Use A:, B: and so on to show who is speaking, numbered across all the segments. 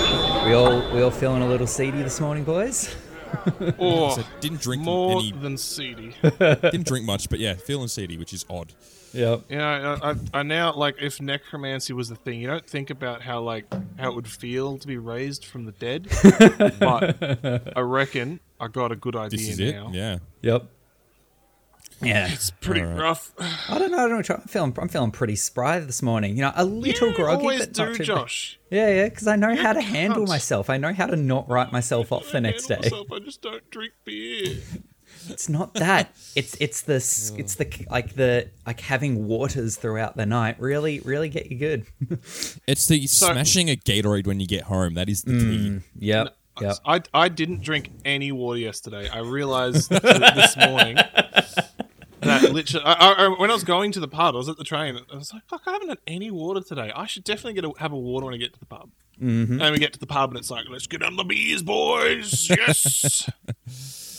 A: all we all feeling a little seedy this morning, boys.
B: Or
C: So didn't drink
B: Oh, more
C: any,
B: than seedy.
C: didn't drink much, but yeah, feeling seedy, which is odd.
A: Yep.
B: You know, I, I, I now like if necromancy was a thing, you don't think about how like how it would feel to be raised from the dead. but I reckon I got a good idea
C: This is
B: now.
C: it. Yeah.
A: Yep. Yeah.
B: It's pretty
C: Alright.
B: rough.
A: I don't know. I don't know. I'm feeling. I'm feeling pretty spry this morning. You know, a little
B: You
A: groggy,
B: always
A: but not
B: do,
A: too.
B: Josh.
A: Yeah, yeah. Because I know how to handle
B: cunt.
A: myself. I know how to not write myself off the next
B: Handle
A: day.
B: myself, I just don't drink beer.
A: It's not that. It's it's the s- it's the like the like having waters throughout the night really really get you good.
C: It's the smashing a Gatorade when you get home. That is the
A: Mm,
C: key.
A: Yep. Yep.
B: I, I didn't drink any water yesterday. I realized th- this morning that literally, I, I, I- when I was going to the pub, I was at the train. I was like, "Fuck, I haven't had any water today. I should definitely get a, have a water when I get to the pub." Mm-hmm. And we get to the pub, and it's like, "Let's get on the beers, boys!" Yes.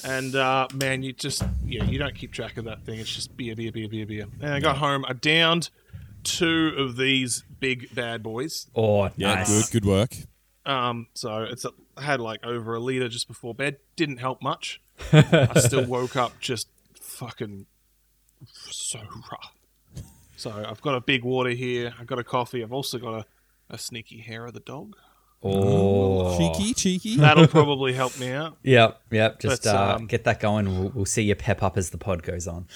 B: and uh, man, you just yeah, you don't keep track of that thing. It's just beer, beer, beer, beer, beer. And I got home. I downed two of these big bad boys.
A: Oh,
C: Yeah.
A: nice.
C: Good. Good work.
B: Um, so it's I had like over a liter just before bed. Didn't help much. I still woke up just fucking so rough. So I've got a big water here. I've got a coffee. I've also got a, a sneaky hair of the dog.
A: Oh,
C: Cheeky, cheeky.
B: That'll probably help me out.
A: Yep, yep. Just
B: But,
A: uh,
B: um,
A: get that going. We'll, we'll see you pep up as the pod goes on.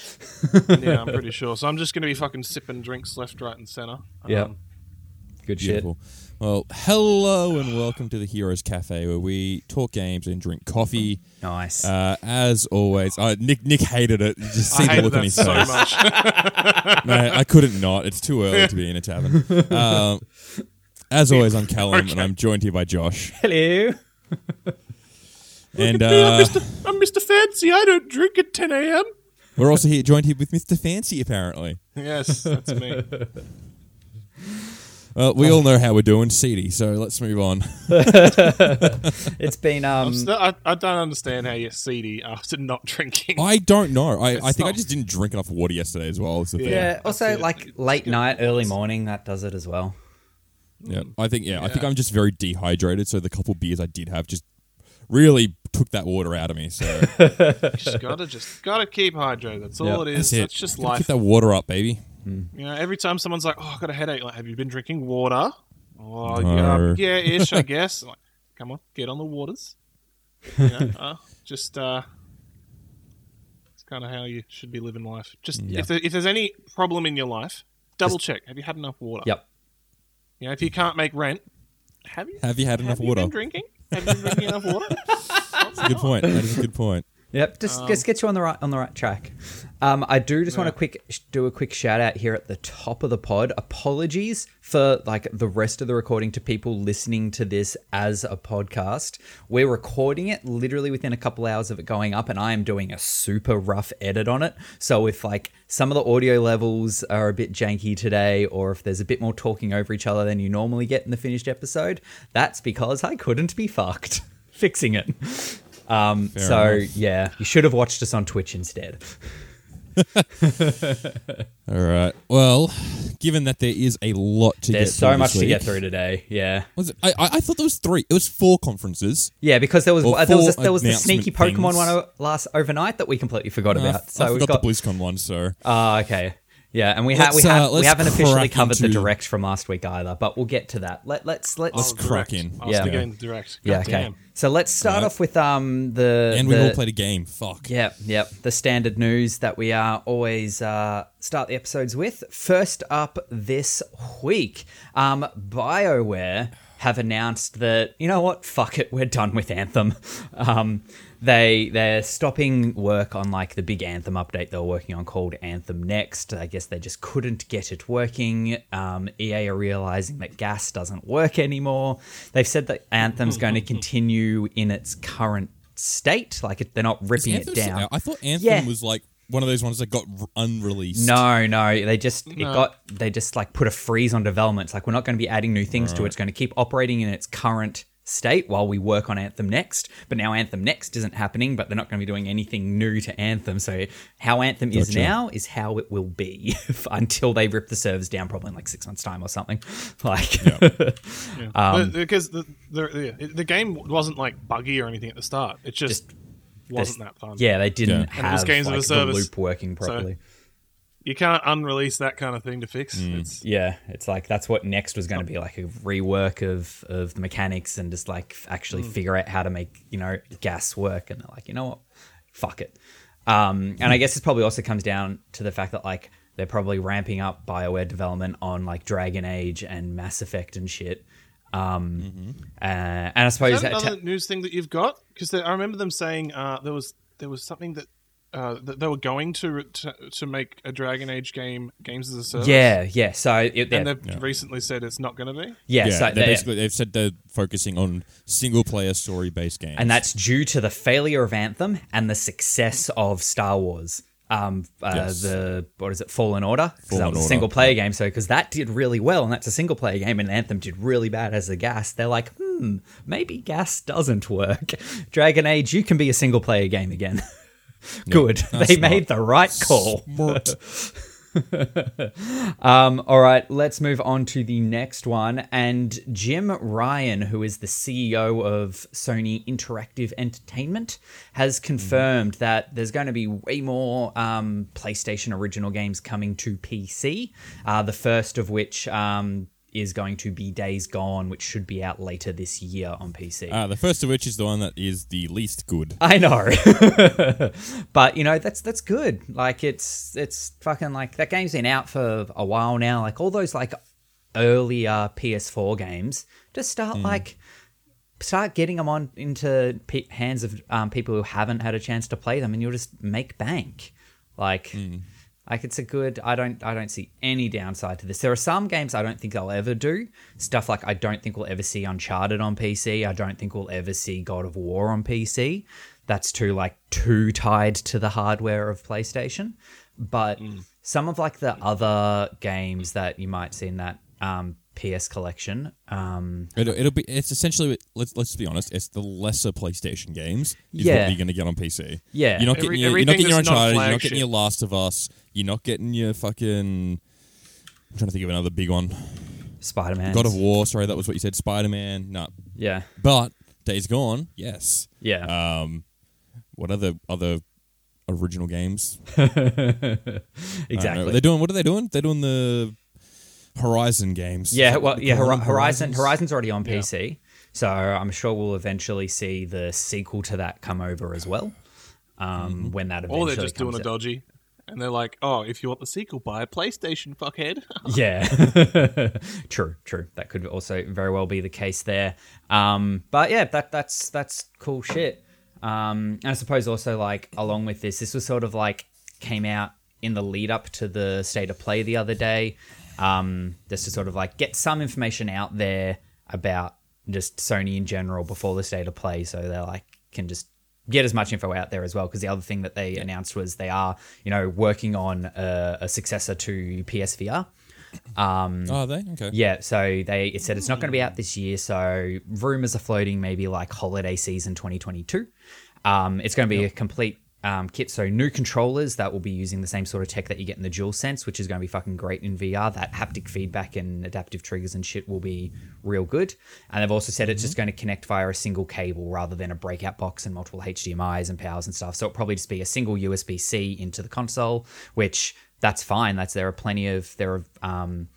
B: Yeah, I'm pretty sure. So I'm just going to be fucking sipping drinks left, right, and center. Um,
A: Yep. Good
C: Beautiful. Well, hello and welcome to the Heroes Cafe, where we talk games and drink coffee.
A: shit. Nice.
C: Uh, as always, uh, Nick Nick hated it. You just see
B: I
C: the
B: hated
C: look on
B: that
C: his
B: so
C: face.
B: much.
C: Mate, I couldn't not. It's too early to be in a tavern. Um, as always, I'm Callum, and I'm joined here by Josh.
A: Hello.
C: And
B: Yeah, I'm,
C: uh,
B: Mr. I'm Mr. Fancy. I don't drink at 10 a.m.
C: we're also here joined here with Mr. Fancy, apparently.
B: Yes, that's me.
C: Well, we all know how we're doing, seedy. So let's move on.
A: It's been um.
B: So I, I don't understand how you're seedy after not drinking.
C: I don't know. I, I think I
B: not-
C: just didn't drink enough water yesterday as well. Is the thing.
A: yeah.
B: that's
A: Also,
B: it.
A: like late night, early morning, that does it as well.
C: Yeah, I think yeah, I think I'm just very dehydrated. So the couple beers I did have just really took that water out of me. So
B: just gotta just gotta keep hydrated. That's all
A: Yeah,
B: it
C: that's
B: is. That's,
C: it.
B: just
C: Gotta
B: life.
C: Get that water up, baby.
B: You know, every time someone's like, "Oh, I got a headache," like, "Have you been drinking water?" Oh,
C: No.
B: yeah, yeah, ish, I guess. I'm like, come on, get on the waters. You know, uh, just uh, it's kind of how you should be living life. Just
A: Yeah.
B: if, there, if there's any problem in your life, double check. Have you had enough water?
A: Yep.
B: You know, if you can't make rent, have you
C: Have you had enough
B: have you
C: water?
B: been drinking? Have you been drinking enough water?
C: Good point. That is a good point.
A: Yep, just just get you on the right on the right track. Um, I do just want to quick do a quick shout out here at the top of the pod. Apologies for like the rest of the recording to people listening to this as a podcast. We're recording it literally within a couple hours of it going up, and I am doing a super rough edit on it. So if like some of the audio levels are a bit janky today, or if there's a bit more talking over each other than you normally get in the finished episode, that's because I couldn't be fucked fixing it. Um, so
C: enough.
A: yeah, you should have watched us on Twitch instead.
C: All right. Well, given that there is a lot to
A: There's
C: get
A: so
C: through
A: much
C: this
A: to get
C: week-
A: through today. Yeah,
C: Was it, I, I I thought there was three. It was four conferences.
A: yeah, because there was
C: Well,
A: uh, there was
C: full
A: there was the sneaky
C: announcement
A: Pokemon
C: things.
A: one o- last overnight that we completely forgot
C: Uh, I,
A: about. So
C: I
A: we've got
C: forgot the BlizzCon one. So
A: ah okay. Yeah, and we, ha- we,
C: Let's, uh,
A: have, we
C: let's
A: haven't officially
C: crack
A: covered the
C: into-
A: direct from last week either, but we'll get to that. Let, let's let's
B: Oh,
C: crack
B: direct.
C: in.
B: I was
A: Yeah.
B: thinking direct.
A: yeah
B: God
A: okay.
B: damn.
A: So let's start
C: Alright.
A: off with um the
C: and we
A: the-
C: all played a game. Fuck.
A: Yep, yep. The standard news that we uh, always uh, start the episodes with. First up this week, um, BioWare have announced that you know what, fuck it, we're done with Anthem. Um, they they're stopping work on like the big Anthem update they were working on called Anthem Next. I guess they just couldn't get it working. Um, EA are realizing that gas doesn't work anymore. They've said that Anthem's going to continue in its current state like it- they're not ripping it
C: Anthem's still
A: down
C: out. I thought Anthem
A: Yeah.
C: was like one of those ones that got r- unreleased.
A: no no they just it got they just like put a freeze on development it's like we're not going to be adding new things to it it's going to keep operating in its current state while we work on Anthem Next. But now Anthem Next isn't happening, but they're not going to be doing anything new to Anthem. So how Anthem is
C: Gotcha.
A: now is how it will be until they rip the servers down, probably in like six months' time or something. Like, Um,
B: But- because the, the, yeah, the game wasn't like buggy or anything at the start. It just, wasn't
A: this-
B: that fun.
A: yeah, they didn't
C: Yeah.
B: And it was
A: have
B: games of
A: like,
B: a
A: the
B: service.
A: loop working properly.
B: you can't unrelease that kind of thing to fix.
A: Mm.
B: It's
A: Yeah, it's like that's what next was going to be like a rework of of the mechanics and just like actually
B: Mm.
A: figure out how to make you know gas work. And they're like, you know what, fuck it. Um, and I guess it probably also comes down to the fact that like they're probably ramping up Bioware development on like Dragon Age and Mass Effect and shit. Um, uh, and I suppose
B: Mm-hmm. Is that
A: that ta-
B: another news thing that you've got? Because I remember them saying uh, there was there was something that, uh, that they were going to, to to make a Dragon Age game games as a service.
A: yeah, yeah. So it, yeah,
B: and they've recently said it's not going to be.
A: yeah,
C: yeah,
A: so
C: they
A: they-
C: basically they've said they're focusing on single player story based games.
A: and that's due to the failure of Anthem and the success of Star Wars. Um, uh,
C: Yes.
A: the what is it, Fallen Order? Because that
C: Fallen
A: was a
C: Order,
A: single player game. So because that did really well, and that's a single player game, and Anthem did really bad as a gas. They're like, hmm, maybe gas doesn't work. Dragon Age, you can be a single player game again. Good, they
C: smart.
A: made the right call. Um, all right, let's move on to the next one. And Jim Ryan, who is the CEO of Sony Interactive Entertainment, has confirmed that there's going to be way more um, PlayStation original games coming to PC. Uh, the first of which um, is going to be Days Gone, which should be out later this year on PC.
C: Ah, the first of which is the one that is the least good.
A: I know, but you know that's that's good. Like it's it's fucking like that game's been out for a while now. Like all those like earlier PS4 games, just start like start getting them on into pe- hands of um, people who haven't had a chance to play them, and you'll just make bank. Like, like it's a good. I don't. I don't see any downside to this. There are some games I don't think I'll ever do stuff like I don't think we'll ever see Uncharted on PC. I don't think we'll ever see God of War on PC. That's too like too tied to the hardware of PlayStation. But some of like the other games that you might see in that um, PS collection, um,
C: It'll, it'll be it's essentially let's let's be honest. It's the lesser PlayStation games is
A: Yeah.
C: what you're gonna get on PC.
A: Yeah.
C: you're not
B: Every-
C: getting your, you're not getting your
B: everything that's not
C: Uncharted. You're not
B: flagship.
C: getting your Last of Us. You're not getting your fucking. I'm trying to think of another big one.
A: Spider Man,
C: God of War. Sorry, that was what you said. Spider Man. No,
A: yeah,
C: but Days Gone. Yes.
A: yeah.
C: Um, what other other original games? I don't know.
A: Exactly.
C: They're doing what are they doing? They're doing the Horizon games. Is
A: Yeah,
C: that
A: well,
C: what they
A: yeah.
C: call
A: Hori-
C: them?
A: Horizon,
C: Horizons?
A: Horizon's already on PC, so I'm sure we'll eventually see the sequel to that come over as well. Um,
C: Mm-hmm.
A: When that eventually
B: Or they're just
A: comes
B: doing a
A: out.
B: dodgy. And they're like, oh, if you want the sequel, buy a PlayStation, fuckhead.
A: Yeah. true, true. That could also very well be the case there. Um, but yeah, that that's that's cool shit. Um, and I suppose also like along with this, this was sort of like came out in the lead up to the state of play the other day. Um, just to sort of like get some information out there about just Sony in general before the state of play, so they like can just get as much info out there as well because the other thing that they announced was they are you know working on a, a successor to PSVR
C: Oh, are they okay?
A: yeah, so they it said it's not going to be out this year. So rumors are floating, maybe like holiday season 2022. Um, it's going to be a complete um, kit. So new controllers that will be using the same sort of tech that you get in the DualSense, which is going to be fucking great in VR. That haptic feedback and adaptive triggers and shit will be real good. And they've also said it's just going to connect via a single cable rather than a breakout box and multiple HDMI's and powers and stuff. So it'll probably just be a single USB C into the console, which that's fine. That's there are plenty of there are. Um,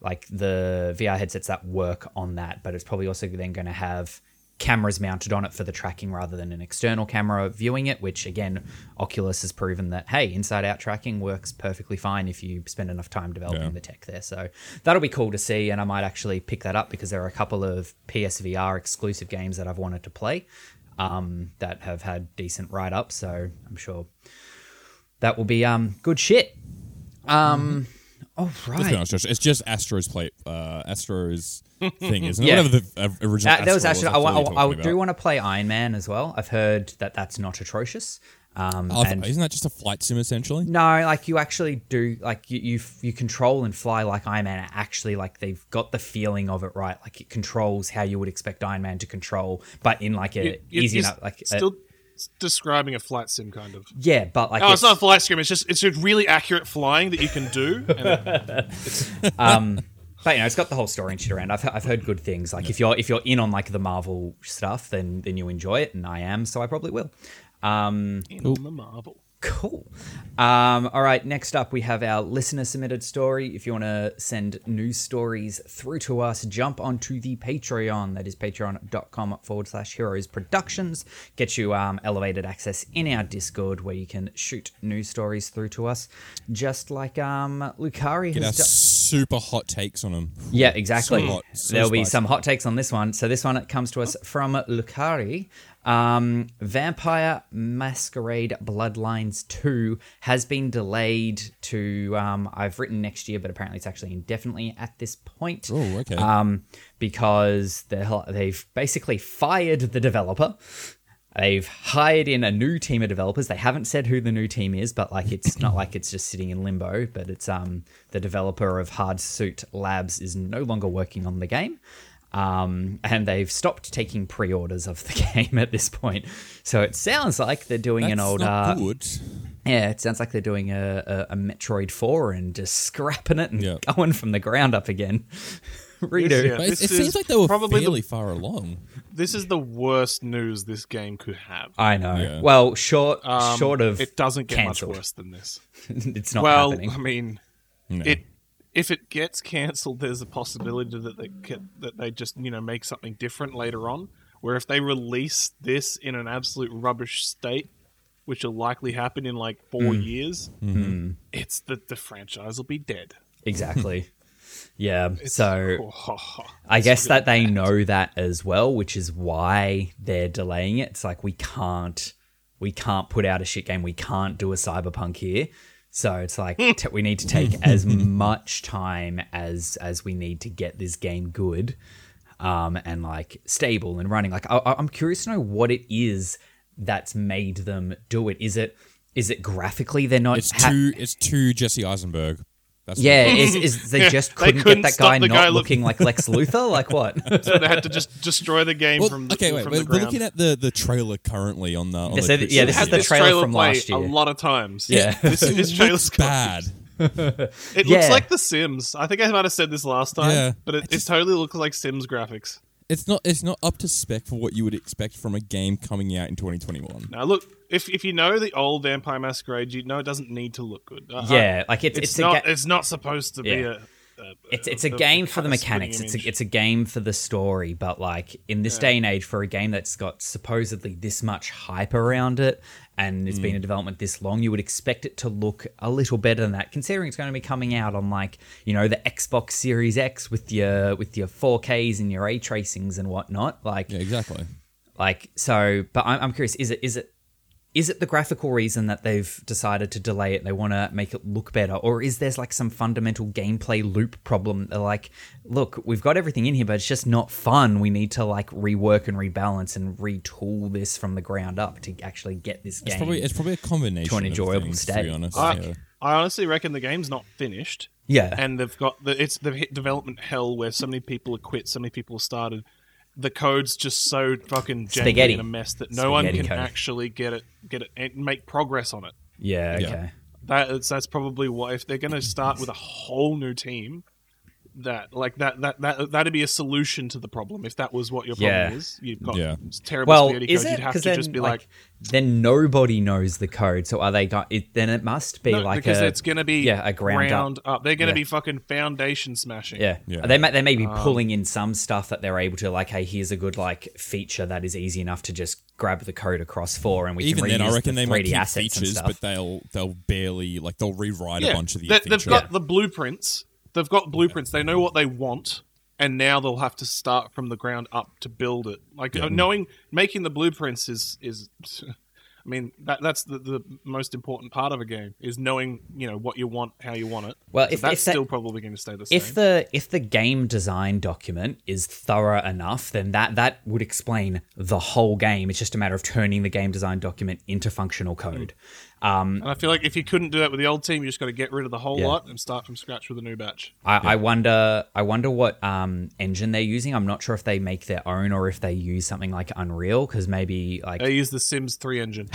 A: like the VR headsets that work on that, but it's probably also then going to have cameras mounted on it for the tracking rather than an external camera viewing it, which again, Oculus has proven that, hey, inside out tracking works perfectly fine if you spend enough time developing the tech there. So that'll be cool to see. And I might actually pick that up because there are a couple of PSVR exclusive games that I've wanted to play um, that have had decent write up. So I'm sure that will be um, good shit. Um, all
C: Let's
A: right.
C: be honest, Josh. It's just Astro's play, uh, Astro's thing, isn't it?
A: Yeah.
C: Whatever the uh, original.
A: That, that was
C: Astro
A: actually.
C: I
A: I, wa-
C: thought you were
A: I, I
C: talking
A: do
C: about.
A: want to play Iron Man as well. I've heard that that's not atrocious. Um,
C: Oh,
A: and
C: isn't that just a flight sim essentially?
A: no, like you actually do, like you you, you control and fly like Iron Man. Actually, like they've got the feeling of it right. Like it controls how you would expect Iron Man to control, but in like a
B: It- it-
A: easy
B: it's
A: enough, like uh, a-
B: still s- describing a flight sim kind of.
A: yeah, but like
B: Oh, it's
A: it-
B: not a flight sim. It's just it's just really accurate flying that you can do. And it-
A: But you know, it's got the whole story and shit around. I've, I've heard good things. Like if you're if you're in on like the Marvel stuff, then then you enjoy it, and I am, so I probably will.
B: in on the Marvel.
A: Cool. Um, all right. Next up, we have our listener submitted story. If you want to send news stories through to us, jump onto the Patreon. That is patreon.com forward slash heroes productions. Get you um, elevated access in our Discord where you can shoot news stories through to us, just like um, Lucari
C: Get our
A: has done.
C: super hot takes on them.
A: Yeah, exactly.
C: So hot, so
A: There'll be
C: spicy.
A: some hot takes on this one. So this one comes to us from Lucari. Um, Vampire Masquerade Bloodlines 2 has been delayed to, um, I've written next year, but apparently it's actually indefinitely at this point.
C: Oh, okay.
A: Um, because they're, they've basically fired the developer. They've hired in a new team of developers. They haven't said who the new team is, but like it's not like it's just sitting in limbo. But it's um the developer of Hard Suit Labs is no longer working on the game, um and they've stopped taking pre-orders of the game at this point. So it sounds like they're doing
C: That's
A: an old uh,
C: not good.
A: yeah, it sounds like they're doing a, a, a Metroid Four and just scrapping it and
C: Yeah.
A: going from the ground up again. Redo.
B: Yes, yeah.
C: But it,
B: This
C: it
B: is
C: seems like they were
B: probably the-
C: fairly far along.
B: This is the worst news this game could have.
A: I know.
C: Yeah.
A: Well, short
B: Um,
A: Uh, short of
B: it doesn't get
A: cancelled.
B: much worse than this.
A: it's not
B: well,
A: happening.
B: I mean,
C: No.
B: it if it gets cancelled, there's a possibility that they can, that they just you know make something different later on. Where if they release this in an absolute rubbish state, which will likely happen in like four
A: Hmm.
B: years,
A: Mm-hmm.
B: it's that the franchise will be dead.
A: Exactly. Yeah. so
B: Oh,
A: I guess that they know that as well, which is why they're delaying it. It's like we can't we can't put out a shit game. We can't do a cyberpunk here. So it's like t- we need to take as much time as as we need to get this game good um, and like stable and running. Like I, I- I'm curious to know what it is that's made them do it. Is it is it graphically they're not
C: It's
A: ha-
C: too. It's too Jesse Eisenberg. That's what-
A: yeah, is, is they just couldn't, get
B: couldn't
A: that
B: stop
A: guy
B: the
A: not
B: guy look-
A: looking like Lex Luthor? Like what?
B: so they had to just destroy the game
C: Well,
B: from the,
C: okay, wait.
B: from
C: We're,
B: the
C: we're
B: ground.
C: looking at the, the trailer currently on the. On
A: They
C: the
A: said-
C: Twitch
A: yeah, this
C: stream.
A: is the
B: This
A: trailer
B: trailer
A: from
B: play
A: last
B: a
A: year.
B: lot of times.
A: Yeah.
B: this, this
C: It
B: trailer's
C: looks
B: got-
C: bad.
B: It
A: Yeah.
B: looks like The Sims. I think I might have said this last time,
C: Yeah.
B: but it, it totally looks like Sims graphics.
C: It's not. It's not up to spec for what you would expect from a game coming out in 2021.
B: Now, look, if, if you know the old Vampire Masquerade, you know it doesn't need to look good. I- I-
A: Yeah, like it's
B: Uh-huh. it's,
A: it's, a
B: not.
A: ga-
B: it's not supposed to be
A: Yeah.
B: a. a-
A: it's it's a
B: a-
A: game
B: a
A: for the
B: kinda splitting
A: mechanics. It's a,
B: image.
A: it's a game for the story, but like in this day and age, for a game that's got supposedly this much hype around it and it's
B: Hmm.
A: been in development this long, you would expect it to look a little better than that. Considering it's going to be coming out on like you know the Xbox Series X with your with your 4Ks and your A tracings and whatnot. Like
C: Yeah, exactly.
A: like so but I'm, I'm curious is it is it is it the graphical reason that they've decided to delay it they want to make it look better or is there's like some fundamental gameplay loop problem they're like look we've got everything in here but it's just not fun we need to like rework and rebalance and retool this from the ground up to actually get this
C: It's
A: game
C: probably it's probably a combination
A: To an enjoyable
C: of things, To
A: state.
C: be honest, yeah.
B: I, I honestly reckon the game's not finished.
A: yeah
B: and they've got the it's the hit development hell where so many people have quit, so many people have started. The code's just so fucking
A: Spaghetti.
B: jangly and a mess that no one
A: Spaghetti
B: can
A: code.
B: actually get it get it and make progress on it.
A: yeah
C: Yeah.
A: okay
B: That is, that's probably why if they're going to start with a whole new team, that like that that that that'd be a solution to the problem. If that was what your problem
A: Yeah.
B: is, you've got
C: Yeah.
B: terrible
A: well
B: spaghetti
A: is it
B: code. You'd have to
A: because then
B: just be
A: like,
B: like,
A: then nobody knows the code so are they go- it, then it must be
B: no,
A: like
B: because
A: a,
B: it's going to be
A: yeah a ground, up
B: up. They're going to
A: Yeah.
B: be fucking foundation smashing.
A: Yeah.
C: Yeah.
A: They may, they may be pulling in some stuff that they're able to, like, hey, here's a good, like, feature that is easy enough to just grab the code across for and we
C: Even
A: can reuse
C: then, I reckon
A: the
C: they
A: 3D
C: might keep
A: assets and
C: features,
A: stuff.
C: but they'll they'll barely like they'll rewrite a bunch of the
B: they,
C: features.
B: They've got the blueprints. They've got blueprints. They know what they want, and now they'll have to start from the ground up to build it. Like uh, knowing, making the blueprints is is. I mean, that, that's the, the most important part of a game is knowing, you know, what you want, how you want it.
A: Well,
B: So
A: if-
B: that's
A: if that-
B: still probably going to stay the same.
A: If the if the game design document is thorough enough, then that that would explain the whole game. It's just a matter of turning the game design document into functional code.
C: Mm.
A: Um,
B: and I feel like if you couldn't do that with the old team, you just got to get rid of the whole
A: Yeah.
B: lot and start from scratch with a new batch.
A: I, I wonder I wonder what um, engine they're using. I'm not sure if they make their own or if they use something like Unreal because maybe like
B: They use the Sims 3 engine.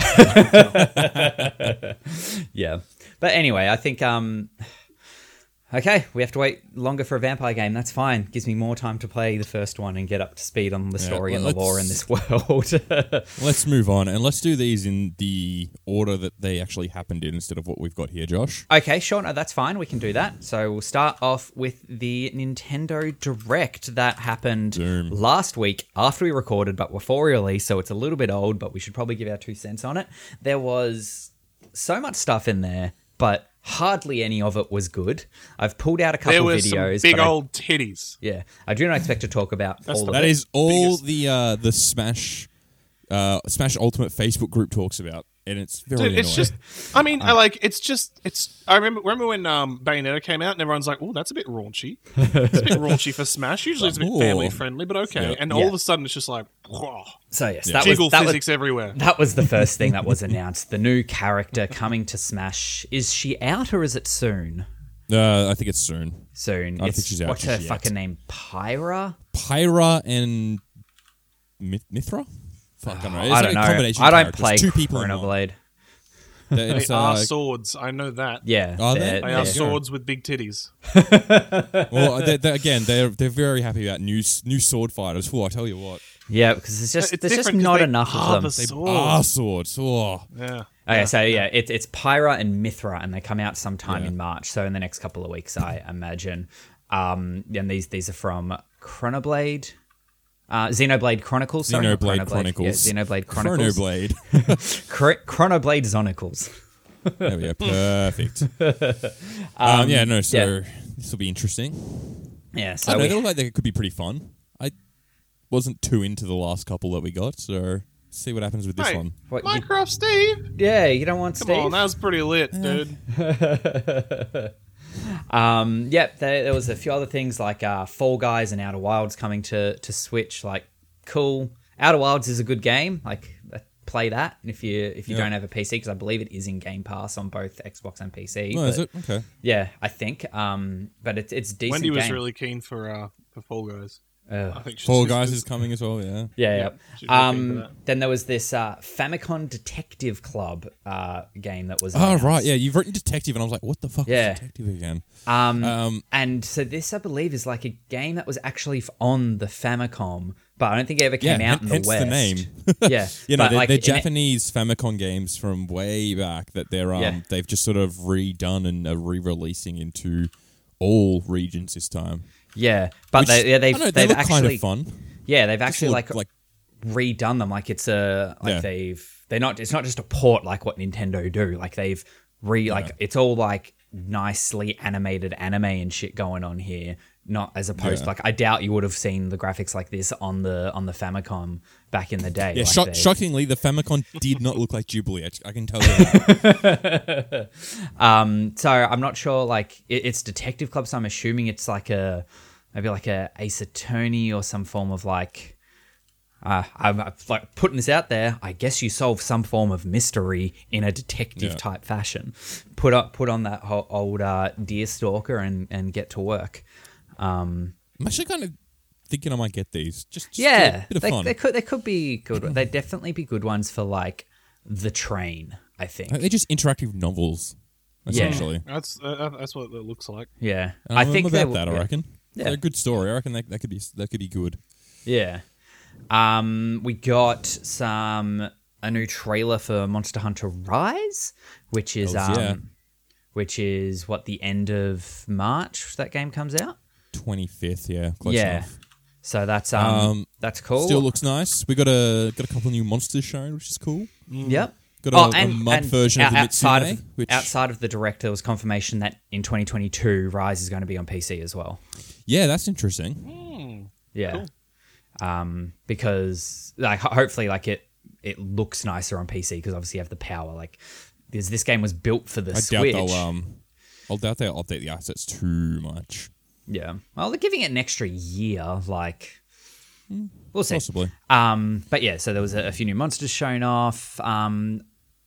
A: yeah. But anyway, I think um, okay, we have to wait longer for a vampire game. That's fine. Gives me more time to play the first one and get up to speed on the story and the
C: let's-
A: lore in this world.
C: Let's move on and let's do these in the order that they actually happened in instead of what we've got here, Josh.
A: Okay, sure. No, that's fine. We can do that. So we'll start off with the Nintendo Direct that happened last week after we recorded, but before release. So it's a little bit old, but we should probably give our two cents on it. There was so much stuff in there, but hardly any of it was good. I've pulled out a couple
B: there were
A: videos.
B: some big
A: but I-
B: old titties.
A: yeah, I do not expect to talk about all of
C: That
A: it.
C: is all
B: biggest-
C: the uh, the Smash uh, Smash Ultimate Facebook group talks about, and it's very
B: Dude, it's
C: annoying.
B: just. I mean, I like. It's just. It's. I remember. Remember when um, Bayonetta came out, and everyone's like, "Oh, that's a bit raunchy. It's a bit raunchy for Smash. Usually, it's a bit
C: Ooh.
B: family friendly, but okay."
C: Yeah.
B: And
A: Yeah.
B: all of a sudden, it's just like whoa,
A: So yes, that
B: jiggle
A: was that was
B: physics everywhere.
A: That was the first thing that was announced. The new character coming to Smash. Is she out or is it soon?
C: uh, I think it's soon.
A: Soon.
C: don't
A: It's-
C: think she's out
A: What's her
C: just yet.
A: fucking name? Pyra?
C: Pyra and Mi- Mithra. Fuck, I don't know.
A: I
C: It's like
A: don't
C: a
A: know.
C: combination
A: I
C: of
A: don't
C: characters.
A: play
C: two people in one.
A: Chronoblade.
C: That
B: They
C: it's,
B: are
C: uh,
B: swords. I know that.
A: Yeah.
C: Are they?
A: they're-
B: They
A: they're-
B: are swords with big titties.
C: well, they they again, they're they're very happy about new s- new sword fighters. Oh, I tell you what,
A: Yeah, because it's just
B: It's
A: there's just
B: different 'cause
A: not
B: they
A: enough
B: are
A: of them.
B: the
C: they
B: Swords.
C: are swords. Oh.
B: Yeah.
A: Okay, so yeah, it, it's Pyra and Mithra, and they come out sometime in March. So in the next couple of weeks, I imagine. Um, and these these are from Chronoblade, uh, Xenoblade Chronicles. sorry, not
C: Xenoblade
A: Chronoblade.
C: Chronicles.
A: Yeah, Xenoblade Chronicles.
C: Chronoblade.
A: Chronoblade. Chronoblade Zonicles.
C: There we go. Perfect. um, yeah, no, so this will be interesting.
A: Yeah. So
C: I don't know,
A: we-
C: they look like they could be pretty fun. I wasn't too into the last couple that we got, so see what happens with this
B: Hey,
C: one.
A: What, you-
B: Minecraft Steve. Come
A: yeah, you don't want Steve. Uh,
B: on, that was pretty lit, dude.
A: Um, yep, there, there was a few other things like uh, Fall Guys and Outer Wilds coming to to Switch. Like, cool. Outer Wilds is a good game. Like, uh, play that if you if you
C: Yeah.
A: don't have a PC because I believe it is in Game Pass on both Xbox and PC.
C: No, Oh, is
A: but-
C: it? Okay.
A: Yeah, I think. Um, but it's it's decent.
B: Wendy was
A: game.
B: really keen for uh for Fall Guys.
A: Ugh.
B: I think she's
C: Four Guys is coming as well, yeah.
A: Yeah,
B: Yeah,
A: yeah.
B: she's really keen for
A: Um,
B: that.
A: then there was this uh, Famicom Detective Club uh, game that was.
C: Oh,
A: announced.
C: right, yeah. You've written Detective, and I was like, what the fuck
A: Yeah.
C: is Detective again?
A: Um,
C: Um,
A: and so this, I believe, is like a game that was actually f- on the Famicom, but I don't think it ever
C: Yeah,
A: came out in
C: hen-
A: the
C: hence the
A: West.
C: name.
A: yeah,
C: You know,
A: but
C: they're,
A: like
C: they're
A: in it-
C: Japanese Famicom games from way back that they're um,
A: Yeah.
C: they've just sort of redone and are re-releasing into all regions this time.
A: yeah, but
C: Which-
A: they, yeah, they've
C: I don't know, they
A: they've
C: look
A: actually
C: kind of fun.
A: yeah they've actually
C: look
A: like,
C: like-
A: redone them. Like it's a like
C: Yeah.
A: they've they're not it's not just a port like what Nintendo do. Like they've re like it's all like nicely animated anime and shit going on here. Not as opposed,
C: Yeah.
A: like I doubt you would have seen the graphics like this on the on the Famicom back in the day.
C: Yeah,
A: like
C: shock
A: they-
C: shockingly, the Famicom did not look like Jubilee. I, I can tell you. That.
A: Um, so I'm not sure. Like it, it's detective club, so I'm assuming it's like a maybe like a Ace Attorney or some form of like. Uh, I'm, I'm like putting this out there. I guess you solve some form of mystery in a detective
C: Yeah.
A: type fashion. Put up, put on that ho- old uh, deer stalker and and get to work. Um,
C: I'm actually kind of thinking I might get these. Just, just
A: yeah,
C: a bit of
A: they,
C: fun.
A: they could they could be good. They'd definitely be good ones for like the train. I think.
C: Like, they're just interactive novels,
A: Yeah.
C: essentially.
B: That's uh, that's what it looks like.
A: Yeah,
C: And
A: I
C: I'm
A: think they
C: about
A: w-
C: that. I
A: yeah.
C: reckon.
A: Yeah.
C: They're a good story. I reckon that, that could be that could be good.
A: Yeah. Um, we got some a new trailer for Monster Hunter Rise, which is
C: Hells
A: um,
C: yeah.
A: which is what the end of March that game comes out.
C: Twenty fifth, yeah, close
A: yeah.
C: enough.
A: So that's um,
C: Um,
A: that's cool.
C: Still looks nice. We got a got a couple new monsters shown, which is cool.
A: Yep.
C: Got a-
A: Oh,
C: a mud version of the
A: outside
C: Mitsune,
A: of
C: which-
A: outside of the director was confirmation that in 2022 Rise is going to be on PC as well.
C: Yeah, that's interesting.
A: Yeah. Um, because like ho- hopefully like it it looks nicer on PC because obviously you have the power. Like, this this game was built for the
C: I
A: Switch.
C: doubt they'll um, I'll doubt they'll update the assets too much.
A: yeah. Well, they're giving it an extra year. Like,
C: Hmm.
A: we'll see.
C: Possibly.
A: Um, but yeah, so there was a, a few new monsters shown off. Um,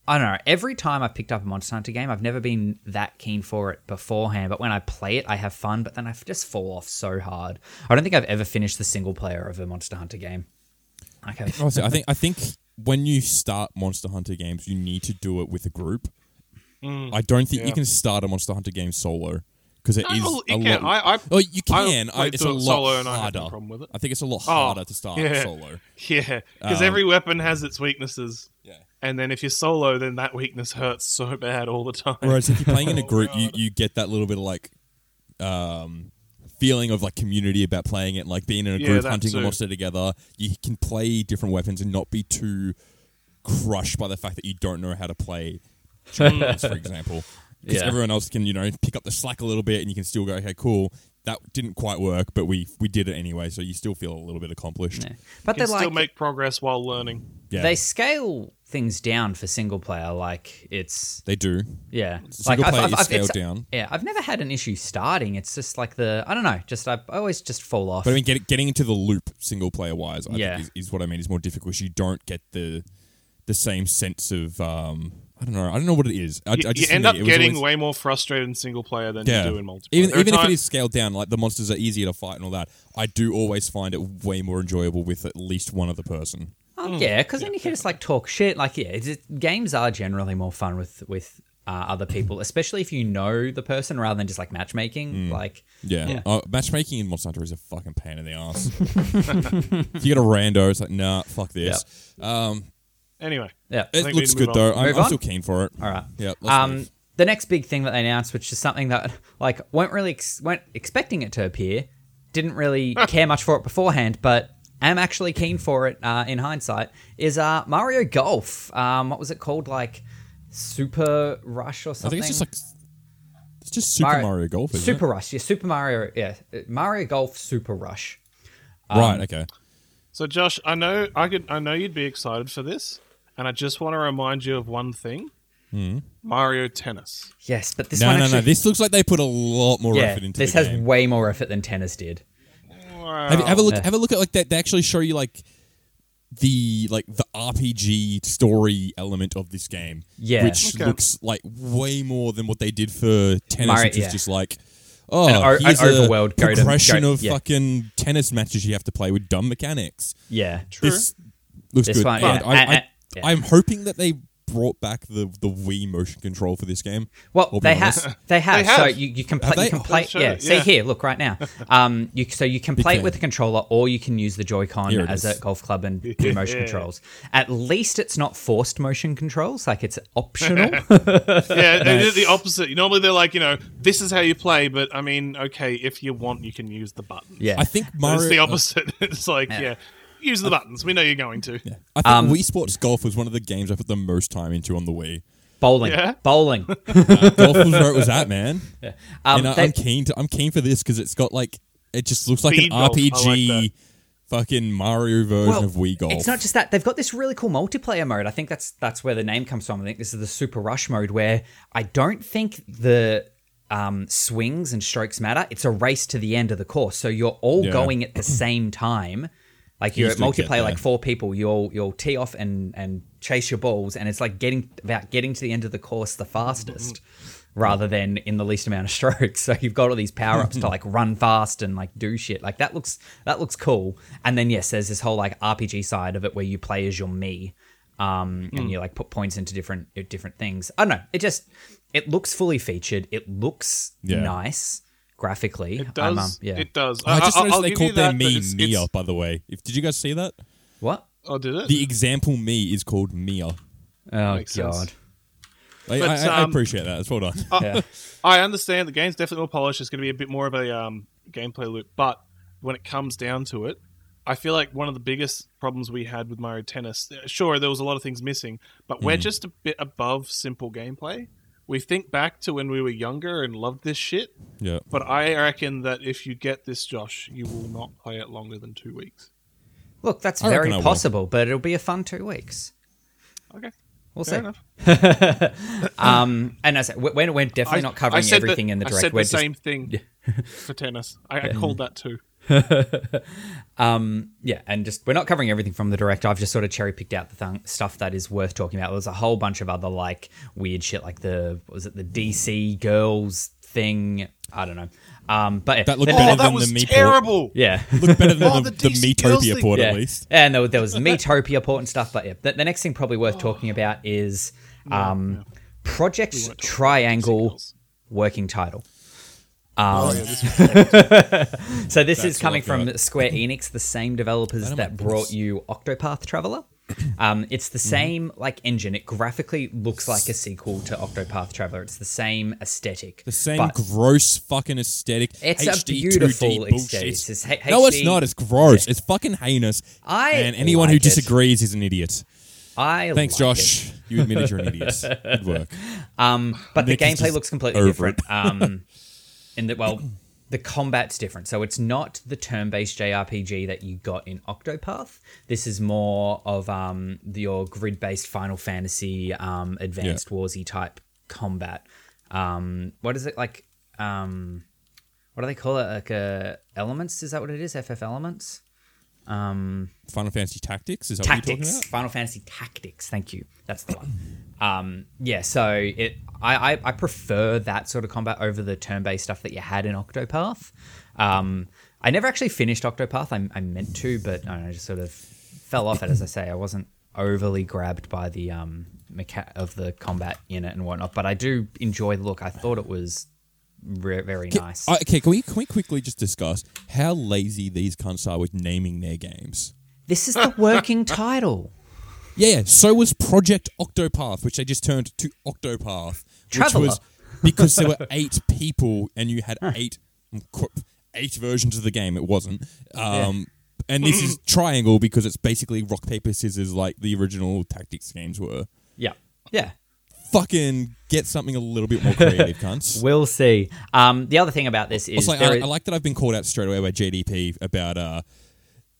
A: I don't know. Every time I've picked up a Monster Hunter game, I've never been that keen for it beforehand. But when I play it, I have fun. But then I f- just fall off so hard. I don't think I've ever finished the single player of a Monster Hunter game. Okay.
C: Honestly, I think I think when you start Monster Hunter games, you need to do it with a group. I don't think you
B: yeah.
C: can start a Monster Hunter game solo because it
B: Mm. No,
C: is
B: you
C: a
B: can.
C: lot.
B: I- I-
C: oh, you
B: I
C: can. I,
B: played
C: it's a
B: through
C: lot
B: it solo and I had
C: harder.
B: no problem with it.
C: I think it's a lot harder to start
B: yeah.
C: solo.
B: Yeah, because
C: Um,
B: every weapon has its weaknesses.
C: Yeah.
B: And then if you're solo, then that weakness hurts so bad all the time.
C: Whereas if you're playing
B: Oh,
C: in a group, you, you get that little bit of like um, feeling of like community about playing it, and like being in a
B: Yeah,
C: group
B: that
C: hunting a
B: too.
C: monster together. You can play different weapons and not be too crushed by the fact that you don't know how to play charms, for example. Because
A: Yeah.
C: everyone else can, you know, pick up the slack a little bit, and you can still go, okay, cool. That didn't quite work, but we we did it anyway, so you still feel a little bit accomplished.
A: Yeah. But
B: You
A: they're
B: can still
A: like
B: make progress while learning.
C: Yeah,
A: they scale things down for single player. Like it's
C: they do.
A: Yeah,
C: Single player is
A: it's-
C: scaled down.
A: Yeah, I've never had an issue starting. It's just like the I don't know. Just I I always just fall off.
C: But I mean, get, getting into the loop single player wise, I
A: Yeah.
C: think is, is what I mean. Is more difficult 'cause you don't get the the same sense of um, I don't know. I don't know what it is. I,
B: You,
C: I
B: you
C: just
B: end
C: think
B: up
C: it was
B: getting
C: always-
B: way more frustrated in single player than
C: yeah.
B: you do in multiplayer.
C: Even,
B: There are
C: even if it
B: times-
C: is scaled down, like the monsters are easier to fight and all that, I do always find it way more enjoyable with at least one other person.
A: oh, yeah, because then you can just like talk shit. Like yeah, it's, it- games are generally more fun with with uh, other people, especially if you know the person rather than just like matchmaking.
C: Mm.
A: Like
C: Yeah, Uh, matchmaking in Monster Hunter is a fucking pain in the ass. if you get a rando, it's like nah, fuck this. Um,
B: Anyway,
A: yeah.
B: think
C: it
B: we
C: looks
B: need to
C: good
B: move on.
C: though. I'm,
A: Move
C: I'm
A: on?
C: still keen for it.
A: All right.
C: Yeah. let's
A: Um,
C: move.
A: the next big thing that they announced, which is something that like weren't really ex- weren't expecting it to appear, didn't really care much for it beforehand, but am actually keen for it uh, in hindsight. Is uh, Mario Golf? Um, what was it called? Like Super Rush or
C: I
A: something?
C: think it's just like it's just Super Mario, Golf. Isn't it?
A: Super Rush. Yeah, Super Mario. Yeah, uh, Mario Golf Super Rush.
C: Right. Okay.
B: so Josh, I know I could, I know you'd be excited for this, and I just want to remind you of one thing:
C: Hmm.
B: Mario Tennis.
A: Yes, but this
C: No,
A: one
C: no,
A: actually.
C: no. This looks like they put a lot more
A: yeah,
C: effort into
A: this
C: the
A: has
C: game.
A: way more effort than tennis did.
C: Have, have a look.
A: Yeah.
C: Have a look at like that. They actually show you like the like the RPG story element of this game.
A: Yeah.
C: which
B: Okay.
C: looks like way more than what they did for tennis,
A: Mario-
C: which is
A: yeah.
C: just like. Oh,
A: An o- an
C: here's a
A: overworld go to-
C: progression
A: go-
C: of
A: yeah.
C: fucking tennis matches you have to play with dumb mechanics.
A: Yeah,
C: This looks
A: This
C: good.
A: one,
C: and
A: yeah.
C: I,
A: And-
C: I,
A: and- yeah.
C: I'm hoping that they brought back the the Wii motion control for this game.
A: Well,
C: I'll be
A: they
C: honest.
A: have, they have.
B: have.
A: So you, you can play.
C: they?
A: You can
C: Oh,
A: play.
B: they've shown
A: Yeah.
B: it,
A: See
B: yeah.
A: here. Look right now. Um. You so you can play it
C: fan.
A: with a controller, or you can use the Joy-Con
C: Here it
A: as
C: is.
A: a golf club and do motion
B: Yeah.
A: controls. At least it's not forced motion controls. Like it's optional.
B: Yeah, they did the opposite. Normally they're like, you know, this is how you play, but I mean, okay, if you want, you can use the buttons.
A: yeah.
C: I think
B: So
C: Mario.
B: it's the opposite. it's like, yeah. use the buttons. We know you're going to.
C: Yeah. I think
A: Um,
C: Wii Sports Golf was one of the games I put the most time into on the Wii.
A: bowling.
B: Yeah.
A: Bowling.
C: Golf was where it was at, man.
A: Um,
C: and I,
A: they-
C: I'm keen to I'm keen for this because it's got like it just looks like
B: Speed
C: an
B: golf, I like
C: RPG,
B: that.
C: fucking Mario version
A: well,
C: of Wii Golf.
A: It's not just that they've got this really cool multiplayer mode. I think that's that's where the name comes from. I think this is the Super Rush mode where I don't think the um, swings and strokes matter. It's a race to the end of the course, so you're all
C: Yeah.
A: going at the same time. Like
C: You
A: you're at
C: still get
A: multiplayer, like
C: that.
A: four people. You'll you'll tee off and and chase your balls, and it's like getting about getting to the end of the course the fastest.
B: Mm-hmm.
A: Rather than in the least amount of strokes, so you've got all these power ups to like run fast and like do shit. Like that looks that looks cool. And then yes, there's this whole like RPG side of it where you play as your me, um,
B: Mm.
A: and you like put points into different different things. I don't know. It just it looks fully featured. It looks
C: Yeah.
A: nice graphically.
B: It does.
A: I'm, um, yeah.
B: It does.
C: Oh, I just
B: I'll-
C: noticed
B: I'll
C: they
B: give
C: called
B: you
C: their
B: that,
C: me
B: but it's-
C: Mia,
B: it's-
C: by the way. If did you guys see that?
A: what?
B: Oh, did it?
C: The example me is called Mia.
A: Oh
B: Makes sense.
A: god.
C: I,
B: But,
C: I, I
B: um,
C: appreciate that. It's well done.
A: Yeah.
B: I understand the game's definitely more polished. It's going to be a bit more of a um, gameplay loop, but when it comes down to it, I feel like one of the biggest problems we had with Mario Tennis. uh, Sure, there was a lot of things missing, but we're just a bit above simple gameplay. We think back to when we were younger and loved this shit,
C: yeah.
B: but I reckon that if you get this, Josh, you will not play it longer than two weeks.
A: Look, that's
C: I reckon
A: very
C: I will.
A: possible, but it'll be a fun two weeks.
B: Okay.
A: We'll
B: Fair
A: see.
B: enough.
A: Um, and as I said, we're, we're definitely not
B: I
A: covering
B: said the-
A: everything in the direct.
B: I said the
A: we're just-
B: same thing for tennis. I, I called that too.
A: yeah, and just we're not covering everything from the direct. I've just sort of cherry picked out the th- stuff that is worth talking about. There's a whole bunch of other like weird shit, like the what was it the DC girls thing? I don't know. Um, but yeah,
C: That looked
A: then-
C: better
B: Oh,
C: than
B: that was
C: the meatball.
B: terrible.
A: yeah.
C: Look better than
B: Oh,
C: the, the
B: the DC girls
C: Metopia
B: thing.
C: port, at
A: Yeah.
C: least.
A: And there, was- there was Metopia port and stuff. But yeah, the, the next thing probably
C: Oh.
A: worth talking about is um, Project Triangle
B: else.
A: working title. Um,
B: Oh, yeah, this was-
A: So this is
C: That's
A: coming
C: what I
A: from
C: got.
A: Square Enix, the same developers
C: Dynamite
A: that brought
C: Blitz.
A: you Octopath Traveler. Um, it's
C: Mm-hmm.
A: the same like engine. It graphically looks like a sequel to Octopath Traveler. It's the same aesthetic.
C: The same
A: but
C: gross fucking aesthetic.
A: It's a
C: HD,
A: beautiful
C: 2D bullshit.
A: aesthetic. It's just H-
C: no, it's
A: HD.
C: not. It's gross. It's fucking heinous.
A: I
C: and anyone who
A: like it.
C: disagrees is an idiot.
A: I
C: Thanks,
A: like it.
C: Josh. You admitted you're an idiot. Good work.
A: Um, but
C: Nick
A: the
C: is
A: gameplay
C: just
A: looks completely
C: over
A: different. Um, in that, well, the combat's different. So it's not the turn-based JRPG that you got in Octopath. This is more of um, the- your grid-based Final Fantasy um, Advanced Warsy type combat. Um, what is it like? Um, what do they call it? Like uh, elements? Is that what it is? FF elements?
C: Final Fantasy Tactics is that what you're
A: Tactics,
C: talking
A: Final Fantasy Tactics. Thank you. That's the one. Um, yeah, so it, I, I, I prefer that sort of combat over the turn-based stuff that you had in Octopath. Um, I never actually finished Octopath. I, I meant to, but I, don't know, I just sort of fell off it. As I say, I wasn't overly grabbed by the um, mecha- of the combat in it and whatnot. But I do enjoy the look. I thought it was re- very
C: about?
A: nice.
C: Uh, okay, can we can we quickly just discuss how lazy these cunts are with naming their games?
A: this is the working title.
C: Yeah, so was Project Octopath, which they just turned to Octopath,
A: Traveller.
C: which was because there were eight people and you had eight mm, qu- eight versions of the game. It wasn't, um, and this is Triangle because it's basically rock paper scissors like the original tactics games were.
A: Yeah, yeah.
C: Fucking get something a little bit more creative, cunts.
A: We'll see. Um, the other thing about this is
C: It's like,
A: there
C: I,
A: is-
C: I like that I've been called out straight away by JDP about uh,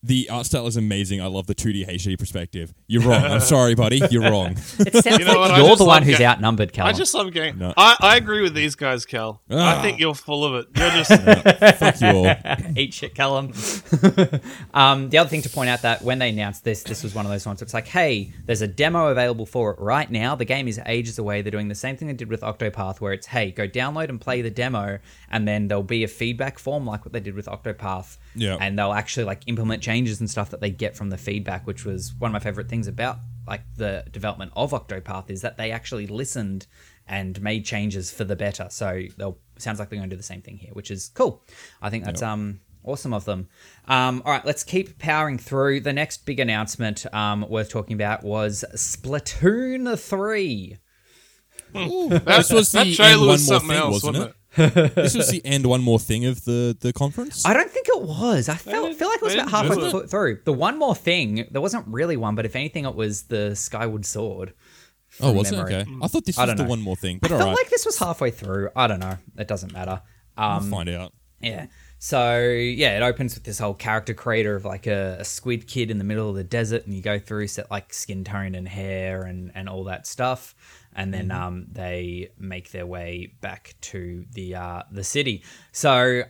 C: the art style is amazing. I love the 2D HD perspective. You're wrong. I'm sorry, buddy. You're wrong.
A: It sounds
B: You know
A: like
B: what, I
A: you're
B: just
A: the one
B: like
A: who's
B: it.
A: outnumbered, Cal.
B: I just love game.
C: Oh. No.
B: I, I agree with these guys, Cal.
C: Ah.
B: I think you're full of it. You're just
C: Fuck you all.
A: eat shit, Callum. um, the other thing to point out that when they announced this, this was one of those ones. It's like, hey, there's a demo available for it right now. The game is ages away. They're doing the same thing they did with Octopath, where it's, hey, go download and play the demo, and then there'll be a feedback form like what they did with Octopath.
C: Yeah.
A: And they'll actually like implement changes and stuff that they get from the feedback, which was one of my favorite things about like the development of Octopath is that they actually listened and made changes for the better. So they'll sounds like they're going to do the same thing here, which is cool. I think that's um awesome of them. Um, all right, let's keep powering through. The next big announcement um, worth talking about was Splatoon three.
C: this was the
B: that
C: end
B: trailer
C: one
B: was
C: more
B: something
C: thing,
B: else,
C: wasn't
B: wasn't
C: it?
B: it?
C: this was the end one more thing of the the conference.
A: I don't think it was. I felt,
B: didn't-
A: feel like it was
B: they
A: about
B: didn't do
A: halfway
B: it.
A: th- through. The one more thing, there wasn't really one, but if anything, it was the Skyward Sword.
C: oh, was
A: memory.
C: it? Okay. I thought this
A: I
C: was
A: don't
C: the
A: know.
C: one more thing,
A: I
C: but all
A: felt
C: right,
A: like this was halfway through. I don't know. It doesn't matter. Um,
C: we'll find out.
A: Yeah. So yeah, it opens with this whole character creator of like a, a squid kid in the middle of the desert, and you go through set like skin tone and hair and and all that stuff, and then
C: Mm-hmm.
A: um, they make their way back to the uh, the city. So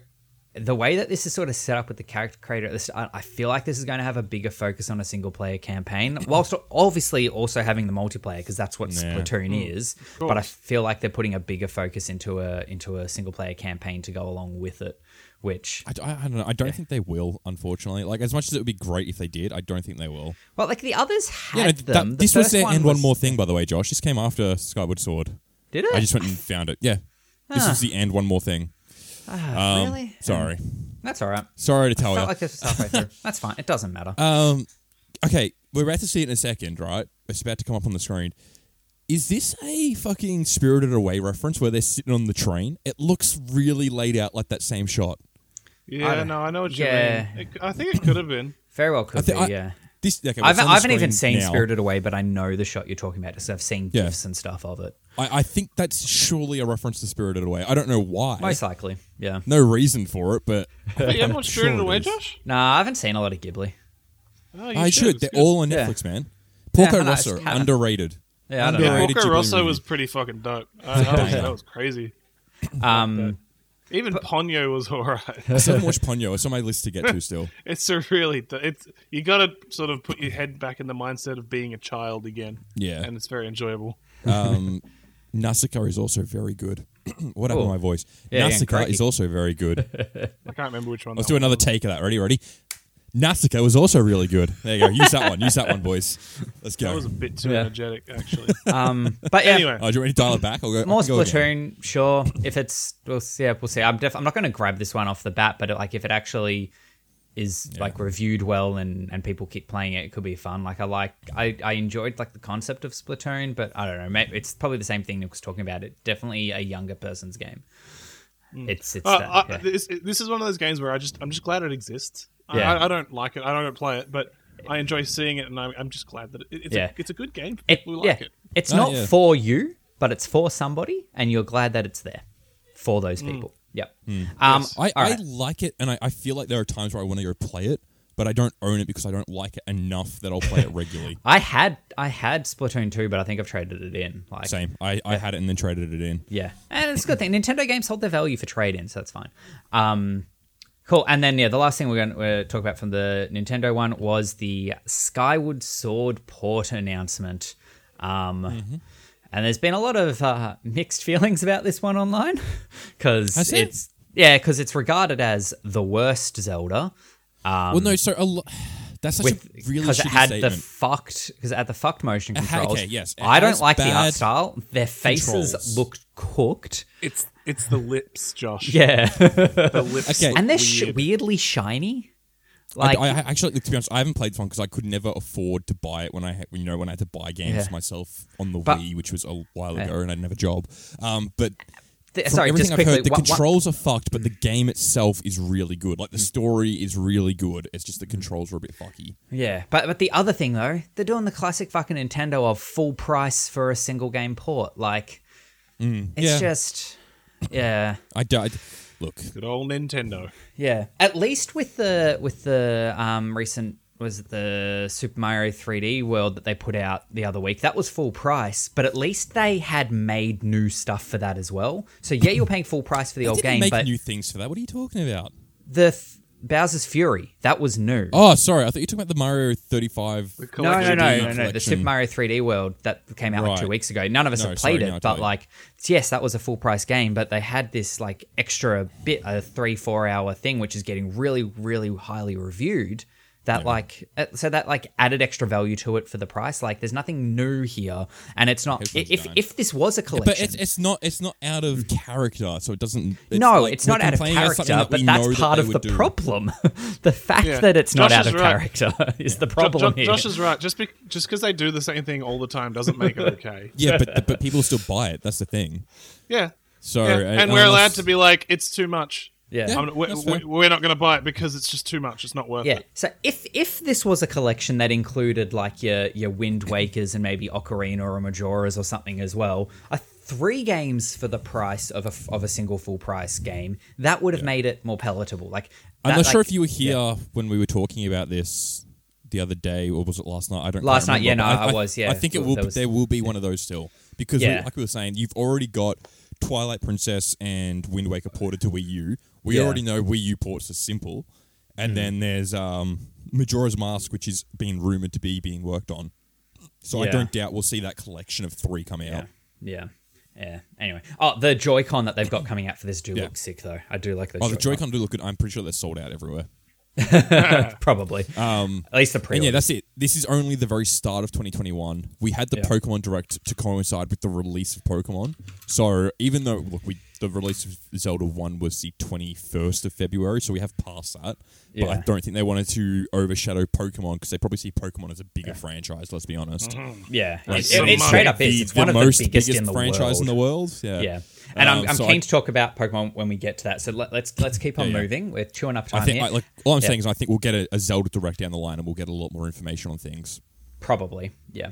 A: the way that this is sort of set up with the character creator at the start, I feel like this is going to have a bigger focus on a single player campaign, whilst obviously also having the multiplayer because that's what
C: Yeah.
A: Splatoon is.
C: Hmm.
A: But I feel like they're putting a bigger focus into a into a single player campaign to go along with it, which
C: I, d- I- I don't know. I don't think they will, unfortunately. Like as much as it would be great if they did, I don't think they will.
A: well, like the others
C: Yeah,
A: had
C: no, th-
A: them.
C: that-
A: The
C: this was
A: first
C: their
A: one
C: end
A: was,
C: one more thing, by the way, Josh. This came after Skyward Sword.
A: Did it?
C: I just went and found it. Yeah, this
A: Ah.
C: was the end one more thing.
A: Ah,
C: Um, Oh,
A: really?
C: Sorry,
A: That's all right.
C: sorry to tell
A: Felt
C: you.
A: like this was halfway through. That's fine. It doesn't matter.
C: Um, okay, we're about to see it in a second, right? It's about to come up on the screen. Is this a fucking Spirited Away reference where they're sitting on the train? It looks really laid out like that same shot.
B: Yeah,
A: don't-
B: no, I know what you
A: Yeah.
B: mean. It, I think it could have been.
A: Very well could
C: I thi-
A: be.
C: I-
A: yeah.
C: This okay, well,
A: I've,
C: it's on
A: I
C: the
A: haven't even
C: screen
A: seen
C: now.
A: Spirited Away, but I know the shot you're talking about because I've seen
C: Yeah.
A: gifs and stuff of it.
C: I, I think that's surely a reference to Spirited Away. I don't know why.
A: Most likely, yeah.
C: No reason for it, but
B: But you haven't
C: Sure
B: watched Spirited
C: it
B: Away,
C: is.
B: Josh?
A: Nah, I haven't seen a lot of Ghibli.
B: Oh, you
C: I should.
B: It's
C: They're
B: good.
C: all on
A: Yeah.
C: Netflix, man. Porco
A: I know, I
C: Rosso,
A: just haven't.
C: underrated.
A: Yeah, I don't
B: Yeah,
A: know.
C: underrated
B: Porco
C: Ghibli
B: Rosso
C: movie.
B: was pretty fucking dope. Uh, that, was, that was crazy.
A: Um,
B: Even Ponyo was alright.
C: I still haven't watched Ponyo. It's on my list to get to still.
B: It's a really d- it's you got to sort of put your head back in the mindset of being a child again.
C: Yeah.
B: and it's very enjoyable.
C: Um, Nausicaa is also very good. what happened
A: Cool.
C: to my voice?
A: Yeah, yeah,
C: Nausicaa
A: crikey.
C: is also very good.
B: I can't remember which one.
C: Let's
B: that
C: do another take of that. Ready? Ready? Nausicaa was also really good. There you go. Use that one. Use that one, boys. Let's
B: That
C: go.
B: was a bit too
A: Yeah.
B: energetic, actually.
A: um, but yeah,
B: anyway,
C: Oh, do you want me to dial it back? I'll go.
A: more
C: I'll go again.
A: Splatoon, sure. If it's, we'll see. Yeah, we'll see. I'm def- I'm not going to grab this one off the bat, but like if it actually is like reviewed well and and people keep playing it, it could be fun. Like I like I I enjoyed like the concept of Splatoon, but I don't know. Maybe it's probably the same thing Nick was talking about. It's definitely a younger person's game. It's it's
B: Uh,
A: that,
B: I,
A: yeah.
B: this, this is one of those games where I just I'm just glad it exists.
A: Yeah.
B: I, I, I don't like it. I don't play it, but I enjoy seeing it, and I'm, I'm just glad that it, it's
A: Yeah.
B: a, it's a good game.
A: It-
B: we
A: yeah,
B: like it.
A: It's
C: Oh,
A: not
C: yeah.
A: for you, but it's for somebody, and you're glad that it's there for those
B: Mm.
A: people. Yep. Um,
C: Hmm. I,
A: all
C: I
A: right.
C: like it, and I, I feel like there are times where I want to go play it, but I don't own it because I don't like it enough that I'll play it regularly.
A: I had I had Splatoon 2, but I think I've traded it in. Like
C: Same. I, I had it and then traded it in.
A: yeah. And it's a good thing. Nintendo games hold their value for trade in, so that's fine. Um cool. And then yeah, the last thing we're gonna uh, talk about from the Nintendo one was the Skyward Sword port announcement. Um
C: Mm-hmm.
A: And there's been a lot of uh, mixed feelings about this one online because
C: Has there?
A: it's yeah because it's regarded as the worst Zelda.
C: well, no, so a lo- that's such
A: Um, with
C: a really
A: because
C: shitty
A: it had
C: statement.
A: the fucked because it had the fucked motion
C: had-
A: controls.
C: okay, yes, it
A: I don't
C: has
A: like the
C: bad
A: art style. Their faces
C: controls.
A: looked cooked.
B: It's it's the lips, Josh.
A: Yeah,
B: the lips.
C: Okay.
A: and they're sh-
B: weird.
A: weirdly shiny.
C: I-
A: Like
C: I, I actually, to be honest, I haven't played Fun because I could never afford to buy it when I, had- you know, when I had to buy games
A: Yeah.
C: myself on the
A: But-
C: Wii, which was a while
A: Yeah.
C: ago, and I didn't have a job. Um, but
A: th-
C: from
A: sorry,
C: everything
A: just
C: I've
A: quickly,
C: heard, the
A: what- Mm. what-
C: controls are fucked, but the game itself is really good. Like the
A: Mm.
C: story is really good. It's just the controls were a bit fucky.
A: yeah, but but the other thing though, they're doing the classic fucking Nintendo of full price for a single game port. Like it's
C: Mm, Yeah.
A: just yeah.
C: I died. Look,
B: Good old Nintendo.
A: Yeah. At least with the with the um, recent was it the Super Mario 3D World that they put out the other week. That was full price, but at least they had made new stuff for that as well. So yeah, you're paying full price for the
C: they
A: old
C: didn't
A: game,
C: make
A: but
C: new things for that. What are you talking about?
A: the f- Bowser's Fury that was new.
C: Oh, sorry, I thought you were talking about the Mario 35.
A: No, no, no,
B: collection.
A: no, no,
C: Collection.
A: The Super Mario 3D World that came out like two
C: Right.
A: weeks ago. None of us
C: No,
A: have played
C: sorry, no,
A: it, but
C: totally.
A: like, yes, that was a full price game, but they had this like extra bit, a three, four hour thing, which is getting really, really highly reviewed. That like, uh, so that like added extra value to it for the price. Like, there's nothing new here, and it's not.
C: Here's one's
A: If
C: done.
A: if this was a collection,
C: But it's, it's not it's not out of character, so it doesn't. It's
A: Mm-hmm. no,
C: like
A: it's
C: we're
A: not out of
C: complaining about something
A: character,
C: that
A: but
C: we know
A: that's
C: that
A: part
C: they
A: of the
C: would do.
A: problem. the fact
B: Yeah.
A: that it's not
B: Josh
A: out
B: is
A: of
B: right.
A: character is the
B: Jo- Jo-
A: problem here.
B: Josh is right. Just be- just because they do the same thing all the time doesn't make it okay.
C: Yeah, but but people still buy it. That's the thing.
B: Yeah.
C: So
B: Yeah.
C: uh,
B: And we're allowed
C: unless-
B: to be like, it's too much.
A: Yeah.
C: Yeah,
B: I'm, we're,
C: that's fair.
B: we're we're not going to buy it because it's just too much. It's not worth
A: Yeah.
B: it.
A: So if if this was a collection that included like your your Wind Wakers and maybe Ocarina or Majora's or something as well, a three games for the price of a f- of a single full price game that would have made it more palatable. Like
C: I'm
A: that,
C: not sure
A: like-
C: if you were here when we were talking about this the other day, or was it last night? I don't.
A: Last
C: can't
A: night, yeah,
C: remember,
A: no,
C: but
A: I was, yeah.
C: I think it
A: Well,
C: will.
A: there
C: There,
A: was-
C: will be one of those still because, we-
A: Yeah.
C: like we were saying, you've already got Twilight Princess and Wind Waker ported to Wii U. We
A: Yeah.
C: already know Wii U ports are simple, and then there's um, Majora's Mask, which is being rumored to be being worked on. So I
A: Yeah.
C: don't doubt we'll see that collection of three come out.
A: Yeah. Yeah. Anyway, oh, the Joy-Con that they've got coming out for this do
C: Yeah.
A: look sick though. I do like those.
C: Oh, the
A: Joy-Con.
C: Joy-Con do look good. I'm pretty sure they're sold out everywhere.
A: probably. Um, At least the pre.
C: And yeah, that's it. This is only the very start of 2021. We had the
A: Yeah.
C: Pokemon Direct to coincide with the release of Pokemon. So even though look, we the release of Zelda One was the 21st of February, so we have passed that. But I
A: Yeah.
C: don't think they wanted to overshadow Pokemon because they probably see Pokemon as a bigger franchise. Let's be honest.
A: yeah.
C: Like,
A: It-
B: so
A: it- it
B: much.
A: straight up is. It's one of the
C: most
A: biggest, in the
C: franchise
A: world.
C: in the world. Yeah.
A: Yeah, and
C: Um,
A: I'm, I'm
C: so
A: keen
C: I-
A: to talk about Pokemon when we get to that. So let, let's let's keep on
C: Yeah, yeah.
A: moving. We're chewing up time
C: I think
A: here.
C: I, like all I'm
A: Yeah.
C: saying is I think we'll get a, a Zelda Direct down the line and we'll get a lot more information on things.
A: Probably, yeah.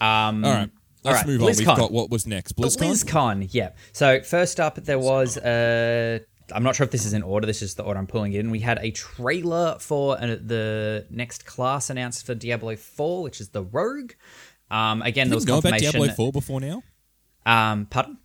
A: Um,
C: All right.
A: all
C: Let's
A: right,
C: move on. We've
A: BlizzCon.
C: got what was next. BlizzCon.
A: BlizzCon, yeah. So first up, there was a uh, I'm not sure if this is in order. This is the order I'm pulling it in. We had a trailer for uh, the next class announced for Diablo 4, which is the Rogue. Um, again,
C: Did
A: there
C: we
A: was
C: know about
A: confirmation.
C: Diablo 4 before now?
A: Um, pardon?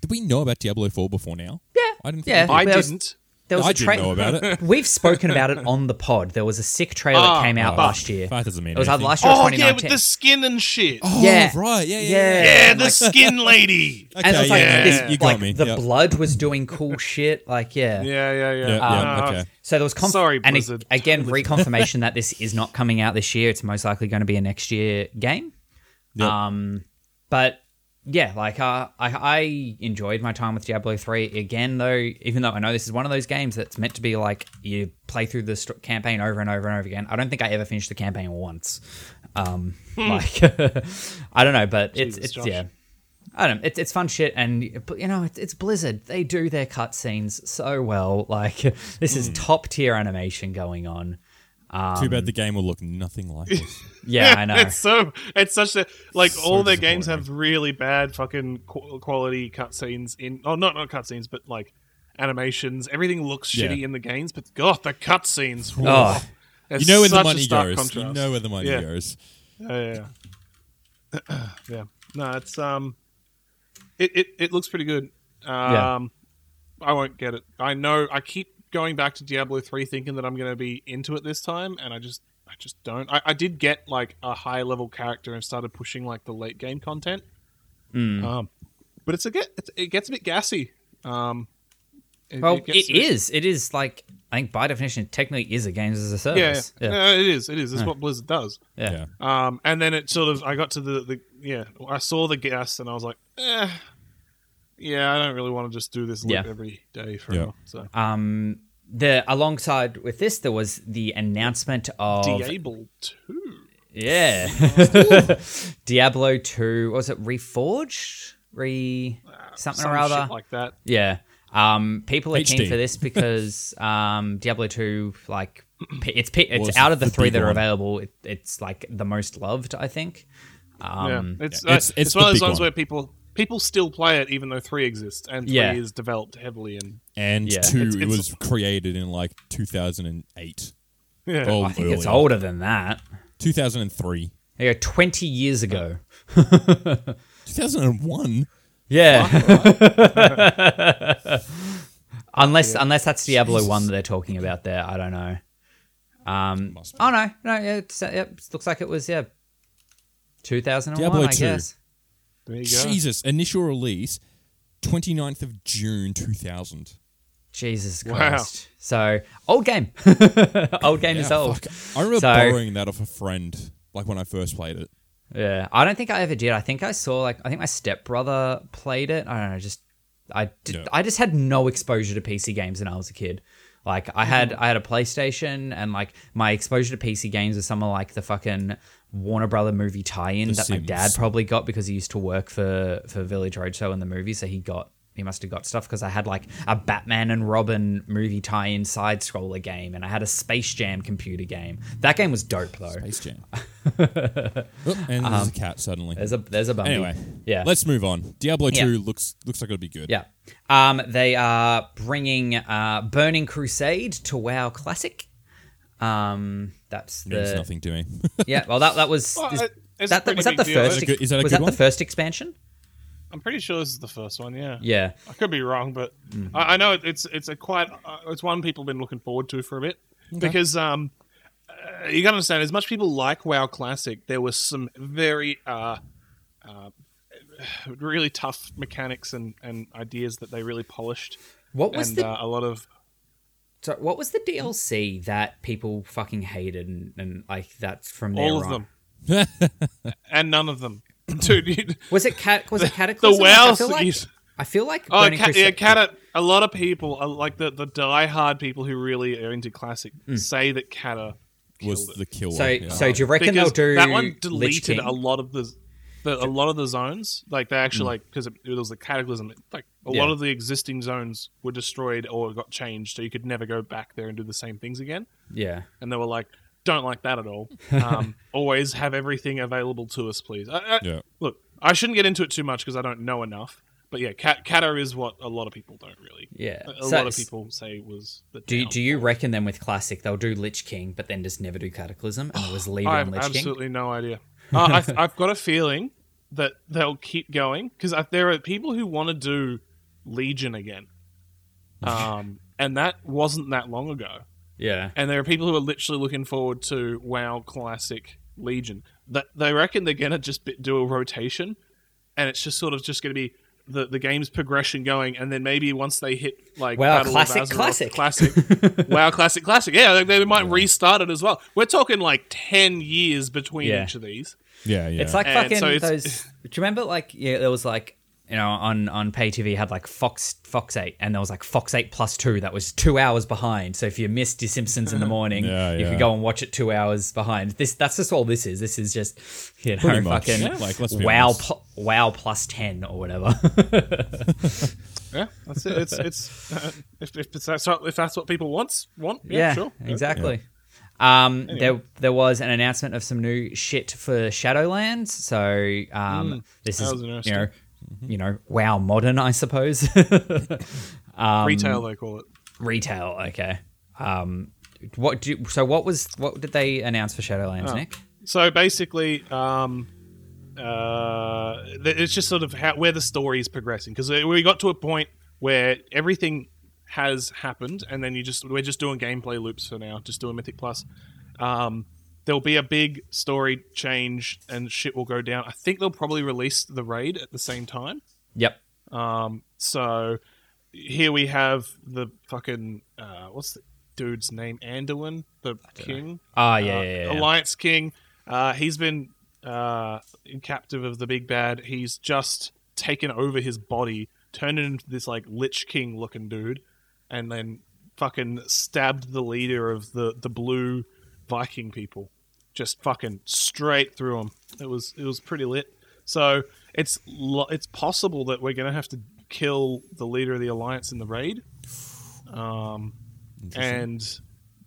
C: Did we know about Diablo 4 before now?
A: Yeah.
C: I didn't think
A: Yeah.
C: we
B: I
A: There was-
B: didn't.
A: There was
C: I
A: a
C: didn't
A: trailer.
C: know about it.
A: We've spoken about it on the pod. There was a sick trailer that
B: Ah,
A: came out
C: oh,
A: last year.
C: that doesn't mean
A: it was either
C: anything.
A: last year or
B: Oh yeah,
A: 2019.
B: with the skin and shit.
C: Oh,
A: Yeah.
C: right. Yeah, yeah,
A: Yeah.
C: yeah.
B: yeah, the
A: like-
B: skin lady.
C: Okay,
A: and it was like,
C: yeah,
A: this,
C: you got
A: like
C: me.
A: the
C: yeah.
A: blood was doing cool shit. Like, yeah.
B: Yeah, yeah, yeah.
C: Yeah, yeah,
B: Ah,
C: okay.
A: So there was conf-
B: Sorry,
A: and
B: Blizzard.
A: a- again reconfirmation that this is not coming out this year. It's most likely going to be a next year game.
C: Yep.
A: Um, but yeah, like uh, I, I enjoyed my time with Diablo three again. Though, even though I know this is one of those games that's meant to be like you play through the st- campaign over and over and over again. I don't think I ever finished the campaign once. Um, like I don't know, but it's
B: Hmm. Jesus,
A: it's
B: Josh.
A: yeah. I don't know. It's, it's fun shit, and but you know, it's, it's Blizzard. They do their cutscenes so well. Like this
B: Hmm.
A: is top tier animation going on.
C: Too bad the game will look nothing like this.
A: Yeah, I know.
B: It's so it's such a like
C: So
B: all their games have
C: disappointing.
B: really bad fucking qu- quality cutscenes in oh not not cutscenes but like animations. Everything looks
C: Yeah.
B: shooty in the games, but god, the cutscenes.
A: Oh.
B: whoa. It's
C: you know where the
B: such a
C: money
B: stark
C: goes. You
B: contrast.
C: know where the money
B: Yeah.
C: goes.
B: yeah, yeah, yeah. yeah. No, it's um, it, it it looks pretty good.
A: Yeah.
B: Um, I won't get it. I know. I keep going back to Diablo three, thinking that I'm going to be into it this time, and I just I just don't. I, I did get like a high level character and started pushing like the late game content.
A: Mm.
B: Um, but it's a get it's, it gets a bit gassy. Um, it,
A: well,
B: gets
A: it
B: a bit-
A: is. It is like I think by definition, it technically is a games as a
B: Yeah,
A: service.
B: yeah.
A: Yeah,
B: No, it is. It is. It's what Blizzard does.
A: yeah.
C: Yeah.
B: Um, and then it sort of, I got to the, the yeah, I saw the gas and I was like, eh, yeah, I don't really want to just do this loop
A: Yeah.
B: every day for
C: Yeah.
B: now. So
A: Um, the alongside with this, there was the announcement of
B: Diablo two,
A: yeah, Diablo two. what Was it Reforged? Re something
B: some
A: or other?
B: shit like that.
A: Yeah. Um, people are keen
C: HD.
A: for this because um, Diablo 2, like, p- it's p- it's
C: Was
A: out of the
C: the
A: three
C: big
A: that are
C: one.
A: available. It, it's like the most loved, I think. Um,
B: yeah, it's
C: yeah, it's-
B: uh,
C: it's
B: it's, one of
C: the
B: those
C: big
B: ones
C: one.
B: where people people still play it even though three exists and three
A: Yeah.
B: is developed heavily and
C: And
A: Yeah.
C: two,
B: It's-
C: it
B: it's-
C: was created in like 2008.
B: yeah,
C: Oh,
A: I think it's
C: earlier.
A: older than that.
C: 2003.
A: There you go, 20 years ago.
C: 2001.
A: Yeah. unless unless that's Diablo 1 that they're talking about there. I don't know. Um,
C: Must be.
A: oh, no. No, yeah, it's, yeah, it looks like it was, yeah, 2001,
C: Diablo
A: I
C: 2.
A: guess.
B: there you go.
C: Jesus. Initial release 29th of June 2000.
A: Jesus
B: Wow.
A: Christ. So, old game. old game is
C: Yeah,
A: old.
C: fuck. I remember
A: So-
C: borrowing that off a friend, like when I first played it.
A: Yeah, I don't think I ever did. I think I saw like I think my stepbrother played it. I don't know, just I did,
C: Yeah.
A: I just had no exposure to PC games when I was a kid. Like I had
C: Mm-hmm.
A: I had a PlayStation and like my exposure to PC games was some of like the fucking Warner Brother movie tie-in
C: The
A: that my dad
C: Sims.
A: probably got because he used to work for for Village Roadshow in the movie, so he got he must have got stuff because I had like a Batman and Robin movie tie-in side scroller game and I had a Space Jam computer game. That game was dope though.
C: Space Jam. Oh, and there's a cat suddenly.
A: Um, There's a there's a Bumby.
C: Anyway,
A: yeah.
C: Let's move on. Diablo
A: Yeah.
C: 2 looks looks like it'll be good.
A: Yeah. Um, they are bringing uh, Burning Crusade to WoW Classic. Um, that's
C: Means
A: the
C: nothing to me.
A: yeah. Well, that that was
B: Well,
A: is-
B: it- it's a
A: that,
B: pretty
A: was that
B: big
A: the
B: deal.
A: first
B: Is
C: it good- is that a
A: was
C: good
A: that
C: one?
A: the first expansion?
B: I'm pretty sure this is the first one. Yeah,
A: Yeah.
B: I could be wrong, but I, I know it, it's it's a quite uh, it's one people have been looking forward to for a bit because um, uh, you gotta understand as much people like WoW Classic, there was some very uh, uh, really tough mechanics and, and ideas that they really polished,
A: What was
B: and
A: the
B: uh, a lot of
A: so what was the DLC that people fucking hated and, and like that's from there
B: all of
A: on?
B: them, and none of them, dude. you-
A: Was it cat? Was it Cataclysm?
B: the
A: Like, I
B: WoW
A: feel like
B: series.
A: I feel like
B: Oh,
A: Burning
B: ca- yeah,
A: Crusade.
B: Cata. A lot of people, uh, like the the diehard people who really are into classic, say that Cata
C: was
B: killed it.
C: the killer.
A: so
C: yeah.
A: so do you reckon they'll
B: because
A: do
B: that one
A: Lich
B: deleted
A: King?
B: a lot of the, the a lot of the zones. Like they actually like because it, it was a cataclysm. it- Like a lot
A: Hmm. Yeah.
B: of the existing zones were destroyed or got changed, so you could never go back there and do the same things again.
A: Yeah.
B: And they were like, "Don't like that at all. Um, always have everything available to us, please." I, I-
C: Yeah.
B: Look, I shouldn't get into it too much because I don't know enough. But yeah, cat Cato is what a lot of people don't really.
A: Yeah.
B: a, a
A: So
B: lot of
A: it's-
B: people say was. The
A: Do, do you
B: downfall.
A: reckon then with classic they'll do Lich King but then just never do Cataclysm and it was leave
B: I
A: on
B: have
A: Lich King?
B: absolutely no idea. Uh, I, I've got a feeling that they'll keep going because there are people who want to do Legion again, um, and that wasn't that long ago.
A: Yeah.
B: And there are people who are literally looking forward to WoW Classic Legion. That they reckon they're gonna just bit, do a rotation, and it's just sort of just gonna be the, the game's progression going, and then maybe once they hit like
A: WoW
B: Battle of
A: Classic,
B: Azeroth,
A: Classic.
B: classic, WoW Classic, classic. Yeah, they, they might restart it as well. We're talking like ten years between
A: Yeah.
B: each of these.
C: Yeah, yeah.
A: It's like
B: And
A: fucking
B: so it's-
A: those. Do you remember like yeah, there was like you know on on pay TV had like Fox Fox Eight and there was like Fox Eight plus two that was two hours behind. So if you missed your Simpsons in the morning,
C: Yeah,
A: you
C: yeah.
A: could go and watch it two hours behind. This that's just all this is. This is just you know
C: Pretty much.
A: fucking
C: Yeah. Like, let's be
A: wow
C: honest.
A: pl- wow plus ten or whatever.
B: Yeah, that's it. It's it's uh, if, if that's what, if that's what people wants want. Yeah,
A: yeah,
B: sure.
A: exactly. Um, there there was an announcement of some new shit for Shadowlands. So um, this
B: Hmm, that
A: is
B: was
A: you
B: interesting.
A: know
C: Mm-hmm.
A: you know wow modern I suppose.
B: Retail
A: Um,
B: they call it.
A: retail okay um what do so what was what did they announce for shadowlands
B: Oh.
A: nick
B: So basically, um, uh, th- it's just sort of how, where the story is progressing because we got to a point where everything has happened, and then you just we're just doing gameplay loops for now, just doing Mythic Plus. Um, there'll be a big story change, and shit will go down. I think they'll probably release the raid at the same time.
A: yep
B: Um, so here we have the fucking uh, what's the dude's name? Anduin, the king.
A: Ah, yeah,
B: Uh,
A: yeah, yeah, yeah.
B: Alliance king. Uh, he's been uh, in captive of the big bad. He's just taken over his body, turned it into this like lich king looking dude, and then fucking stabbed the leader of the the blue Viking people, just fucking straight through him. It was it was pretty lit. So it's lo- it's possible that we're gonna have to kill the leader of the alliance in the raid and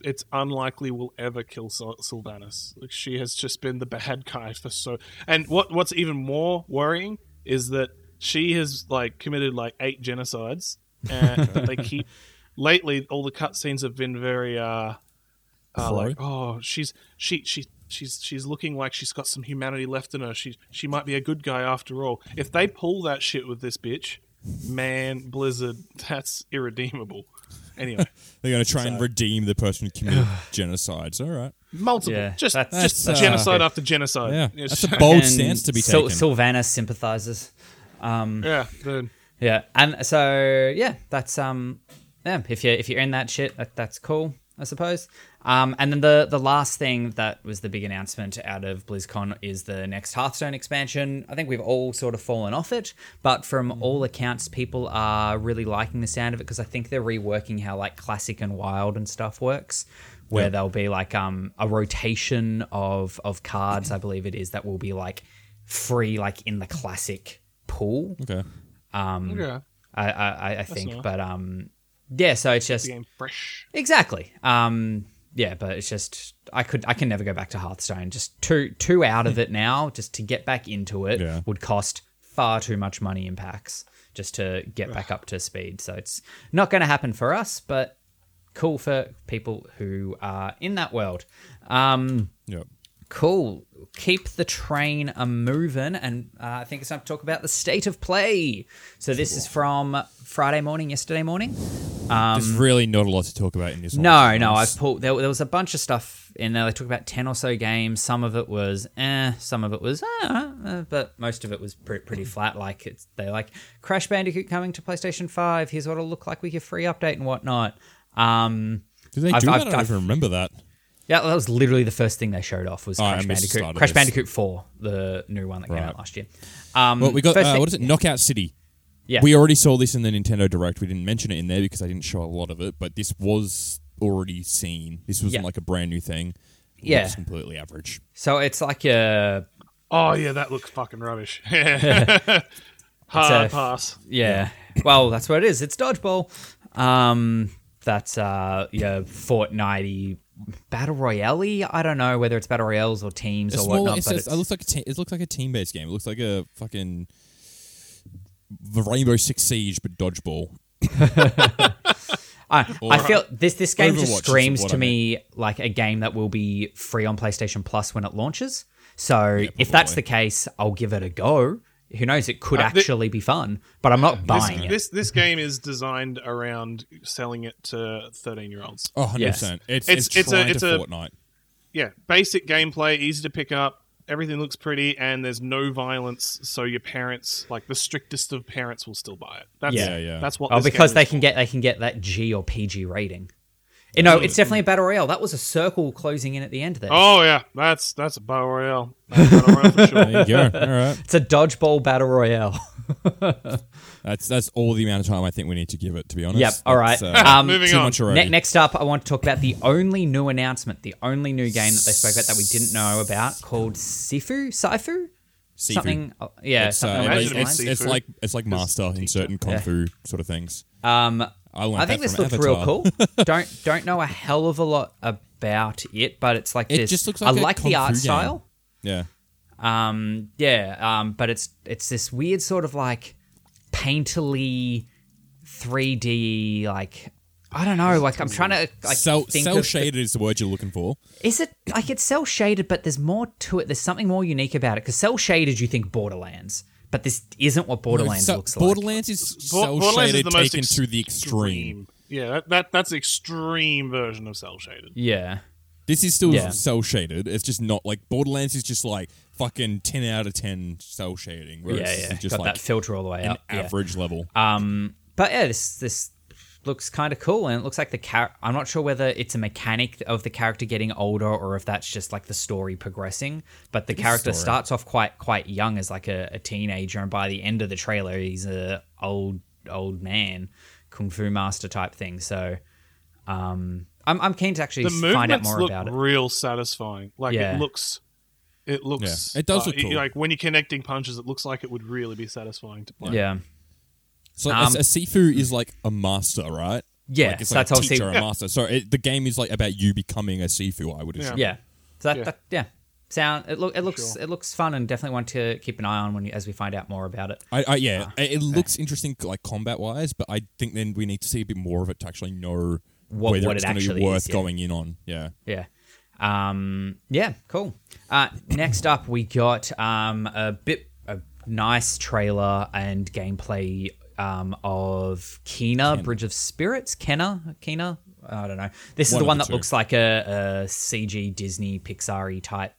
B: it's unlikely we'll ever kill Syl- Sylvanas. Like she has just been the bad guy for so. And what what's even more worrying is that she has like committed like eight genocides, and but they keep lately all the cutscenes have been very uh, uh
C: Hello?
B: like oh she's she she. She's she's looking like she's got some humanity left in her. She she might be a good guy after all. If they pull that shit with this bitch, man, Blizzard, that's irredeemable. Anyway,
C: They're going to try and redeem the person who committed genocides. All right.
B: Multiple,
A: Yeah,
B: just
A: that's-
B: just
C: that's, uh,
B: genocide after genocide.
C: Yeah.
B: Yes.
C: That's a bold
A: And
C: stance to be
A: Syl-
C: taken.
A: sylvanas sympathizes
B: yeah. The,
A: yeah and so yeah that's um yeah if you if you're in that shit that, that's cool i suppose um and then the the last thing that was the big announcement out of blizzcon is the next hearthstone expansion i think we've all sort of fallen off it but from all accounts people are really liking the sound of it because i think they're reworking how like classic and wild and stuff works where
C: Yeah.
A: there'll be like um a rotation of of cards i believe it is that will be like free like in the classic pool
C: okay. Um,
B: yeah.
A: I I, I- I think.
B: nice.
A: But um, yeah. So it's just
B: The game fresh.
A: exactly. Um, yeah. But it's just I could I can never go back to Hearthstone. Just two two out
B: Hmm.
A: of it now. Just to get back into it
C: Yeah.
A: would cost far too much money in packs just to get back up to speed. So it's not going to happen for us, but cool for people who are in that world. Um,
C: Yep.
A: Cool. Keep the train a moving, and uh, I think it's time to talk about the state of play. So this is from Friday morning, yesterday morning.
C: There's really not a lot to talk about in this.
A: Um, No, no, I've pulled. There, there was a bunch of stuff in there. They talked about ten or so games. Some of it was eh, some of it was ah, eh, but most of it was pre- pretty flat. Like it's they're like Crash Bandicoot coming to PlayStation Five. Here's what it'll look like with your free update and whatnot. Um,
C: Do they do
A: I've-
C: that?
A: I've-
C: I don't
A: I've-
C: even remember that.
A: yeah, that was literally the first thing they showed off was
C: Oh, I
A: Crash
C: missed the start
A: Bandicoot.
C: of
A: Crash
C: this.
A: Bandicoot Four, the new one that came
C: Right.
A: out last year. Um,
C: Well, we got
A: first
C: uh,
A: thing-
C: what is it? Knockout City.
A: Yeah.
C: We already saw this in the Nintendo Direct. We didn't mention it in there because I didn't show a lot of it, but this was already seen. This wasn't
A: Yeah.
C: like a brand new thing. It
A: Yeah.
C: was completely average.
A: So it's like a
B: Oh yeah, that looks fucking rubbish. Hard
A: a-
B: pass.
A: yeah. Well, that's what it is. It's dodgeball. Um, that's uh, yeah, Fortnite battle royale. I don't know whether it's battle royales or teams
C: It's
A: or
C: more
A: whatnot,
C: like- it's
A: but
C: just-
A: it's,
C: it looks like a te- it looks like a team based game. It looks like a fucking the Rainbow Six Siege, but dodgeball.
A: I, I feel this this game
C: Overwatch
A: just
C: is
A: screams
C: what
A: to
C: I
A: me like a game that will be free on PlayStation Plus when it launches. So if that's
C: probably.
A: the case, I'll give it a go. Who knows? It could
B: Uh, thi-
A: actually be fun, but I'm not
B: This,
A: buying it.
B: this this game is designed around selling it to thirteen year olds.
C: Oh, 100 percent. It's it's,
B: It's- it's a-
C: trying
B: it's
C: to
B: a-
C: Fortnite.
B: Yeah, basic gameplay, easy to pick up. Everything looks pretty, and there's no violence, so your parents, like the strictest of parents, will still buy it. That's,
C: Yeah, yeah.
B: That's what.
A: Oh,
B: this
A: because
B: game
A: they
B: is
A: can get they can get that G or PG rating. You know,
C: Mm.
A: it's definitely a battle royale. That was a circle closing in at the end there.
B: Oh yeah, that's that's a battle royale. That's a battle royale for sure.
C: There you go. All right.
A: It's a dodgeball battle royale.
C: That's that's all the amount of time I think we need to give it. To be honest.
A: Yep. All right.
C: That's, uh,
A: um,
B: Moving
C: too
B: on.
C: much already.
A: ne- next up, I want to talk about the only new announcement, the only new game that they spoke about that we didn't know about, called Sifu. Sifu.
C: Sifu.
A: Something. uh, yeah.
C: It's,
A: something
C: uh,
A: along
B: Imagine
C: it's,
A: those
B: if
C: it's,
A: lines.
C: it's
B: Sifu.
C: like it's like master in certain kung fu sort of things.
A: Um,
C: I learned
A: I think
C: that
A: this
C: from
A: looks
C: Avatar.
A: real cool. don't don't know a hell of a lot about it, but it's like
C: It
A: this.
C: just looks
A: I
C: like a
A: like
C: kung
A: the art
C: fu game.
A: style.
C: Yeah.
A: Um, yeah, um, but it's it's this weird sort of like painterly 3D like I don't know, like I'm trying to like
C: cell
A: think
C: cell
A: of-
C: shaded is the word you're looking for.
A: Is it like it's cell shaded, but there's more to it. There's something more unique about it because cell shaded, you think Borderlands, but this isn't what Borderlands
C: So-
A: looks like.
C: Borderlands is cell
B: Borderlands is
C: shaded
B: the most
C: taken to the extreme.
B: Yeah, that, that that's the extreme version of cell shaded.
A: yeah,
C: This is still
A: Yeah.
C: cell shaded. It's just not like Borderlands is just like fucking ten out of ten cell shading.
A: yeah,
C: Whereas this
A: yeah.
C: is just
A: Got
C: like
A: that filter all the way
C: an
A: up. Yeah.
C: average level.
A: Um, but yeah, this this looks kind of cool, and it looks like the char- I'm not sure whether it's a mechanic of the character getting older or if that's just like the story progressing. But the character
C: story.
A: starts off quite quite young as like a, a teenager, and by the end of the trailer, he's a old old man, kung fu master type thing. So, um, I'm I'm keen to actually
B: The
A: find out
B: movements
A: more
B: look
A: about it.
B: real satisfying. Like
A: Yeah.
B: it looks, it looks.
C: Yeah. It does look
B: uh,
C: cool.
B: Like when you're connecting punches, it looks like it would really be satisfying to play.
A: yeah.
C: So
A: Um,
C: a, a Sifu is like a master, right?
A: Yeah,
C: like it's
A: so
C: like
A: that's how
C: a
A: Sifu-
C: teacher, or
A: Yeah.
C: a master. So it, the game is like about you becoming a Sifu. I would assume.
A: yeah. So that,
B: Yeah.
A: yeah. That, yeah. Sound it look it looks
B: sure.
A: it looks fun and definitely want to keep an eye on when you, as we find out more about it.
C: I, I,
A: Ah.
C: yeah, it, it looks interesting, like combat wise, but I think then we need to see a bit more of it to actually know
A: What-
C: whether
A: what
C: it's
A: it
C: going to
A: actually
C: be worth
A: is, yeah.
C: going in on. Yeah,
A: Yeah. Um, yeah, cool. Uh, next up, we got um, a bit a nice trailer and gameplay um, of Kena, Bridge of Spirits. Kena? Kena? I don't know. This is
C: One
A: the
C: of
A: one
C: the
A: that
C: two.
A: looks like a, a CG Disney Pixar type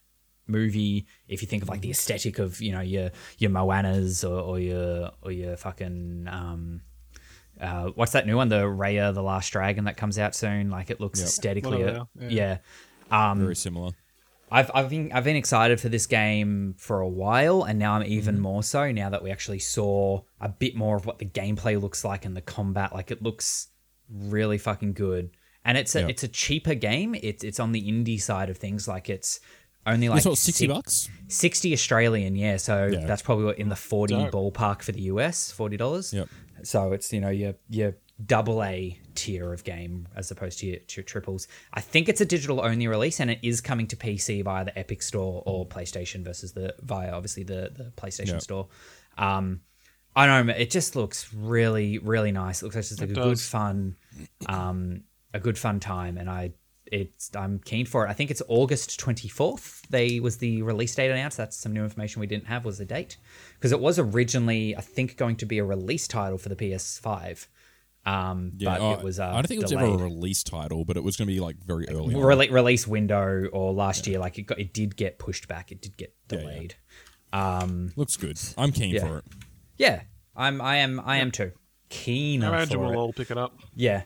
A: movie if you think of like the aesthetic of you know your your moanas or, or your or your fucking um uh, what's that new one? The Raya, the Last Dragon that comes out soon. Like it looks aesthetically,
B: One of
A: yeah.
B: them,
A: Um,
C: very similar.
A: I've I've been I've been excited for this game for a while, and now I'm even
C: Mm-hmm.
A: more so now that we actually saw a bit more of what the gameplay looks like and the combat. Like it looks really fucking good, and it's a
C: Yeah.
A: it's a cheaper game. It's it's on the indie side of things. Like it's only like
C: It's what sixty
A: six-
C: bucks.
A: 60 Australian, yeah. So
C: Yeah.
A: that's probably what in the 40
B: Dope.
A: ballpark for the US, $40.
C: Yep.
A: So it's, you know, your your double A tier of game as opposed to your, to your triples. I think it's a digital only release and it is coming to PC via the Epic Store or PlayStation versus the via obviously the the PlayStation
C: Yep.
A: Store. Um I don't know, it just looks really really nice. It looks like it's just like a good
B: does.
A: fun um a good fun time and I it's I'm keen for it. I think it's August 24th. They was the release date announced. That's some new information we didn't have was the date because it was originally I think going to be a release title for the PS5. Um,
C: Yeah,
A: but
C: oh,
A: it was. Uh,
C: I don't think it was
A: delayed.
C: ever a release title, but it was going to be like very early. on.
A: Rele- release window or last year. Like it got it did get pushed back. It did get
C: yeah.
A: delayed.
C: Looks good. I'm keen
A: Yeah.
C: for it.
A: Yeah, I'm. I am. I am too. Keen
B: I imagine
A: for
B: we'll
A: it.
B: all pick it up.
A: Yeah.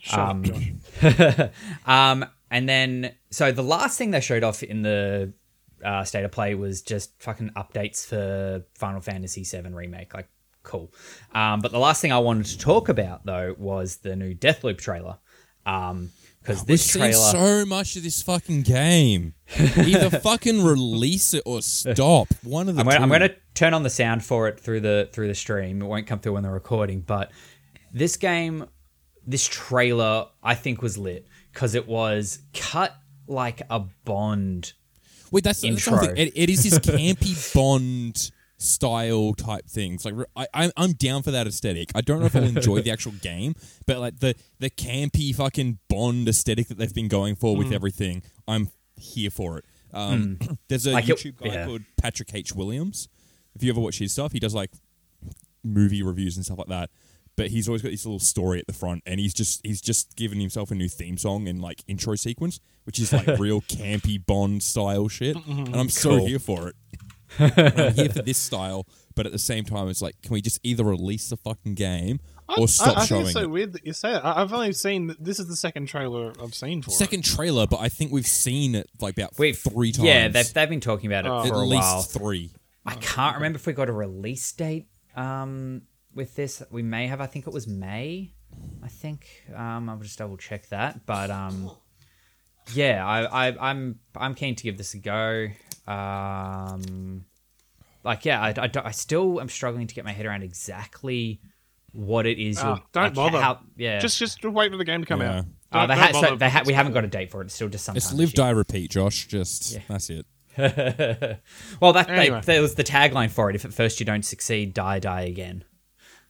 B: Shut up, Josh.
A: Um, and then so the last thing they showed off in the uh, state of play was just fucking updates for Final Fantasy VII remake. Like, cool. Um, but the last thing I wanted to talk about though was the new Deathloop trailer. Um, because this
C: We've seen
A: trailer,
C: so much of this fucking game. Either fucking release it or stop. One of the
A: I'm gonna, I'm
C: 2
A: gonna turn on the sound for it through the through the stream. It won't come through when they're recording, but this game, this trailer, I think was lit because it was cut like a Bond
C: Wait, that's, that's the whole
A: intro.
C: thing. It, it is this campy Bond style type things. Like re- I, I'm- I'm down for that aesthetic. I don't know if I'll enjoy the actual game, but like the the campy fucking Bond aesthetic that they've been going for with everything, I'm here for it. Um, There's a
A: Like it-
C: YouTube guy
A: yeah.
C: called Patrick H Williams. If you ever watch his stuff, he does like movie reviews and stuff like that. But he's always got this little story at the front, and he's just he's just given himself a new theme song and like intro sequence, which is like real campy Bond style shit. And I'm so
A: Cool.
C: here for it. I'm here for this style, but at the same time, it's like, can we just either release the fucking game
B: I-
C: or stop
B: I, I
C: showing?
B: think it's
C: it?
B: so weird that you say that. I, I've only seen this is the second trailer I've seen for
C: Second trailer, but I think we've seen it like about
A: We've
C: three times.
A: Yeah, they've, they've been talking about it
B: Oh.
C: at
A: for a
C: least
A: while.
C: three.
A: I can't remember if we got a release date um, with this. We may have. I think it was May. I think um, I'll just double check that. But um, yeah, I, I, I'm I'm keen to give this a go. Um, like yeah, I, I, don't- I still am struggling to get my head around exactly what it is.
B: it.
A: you're-
B: Ah, don't
A: like,
B: bother.
A: How, yeah,
B: Just just wait for the game to come
C: Yeah.
B: out.
A: Uh,
B: Don't-
A: they
B: don't
A: ha- so
B: bother.
A: they ha- we haven't got a date for it. It's still just sometime.
C: It's
A: this
C: live,
A: year.
C: die, repeat, Josh. Just
A: Yeah.
C: that's it.
A: Well, that,
B: Anyway.
A: they, that was the tagline for it. If at first you don't succeed, die, die again.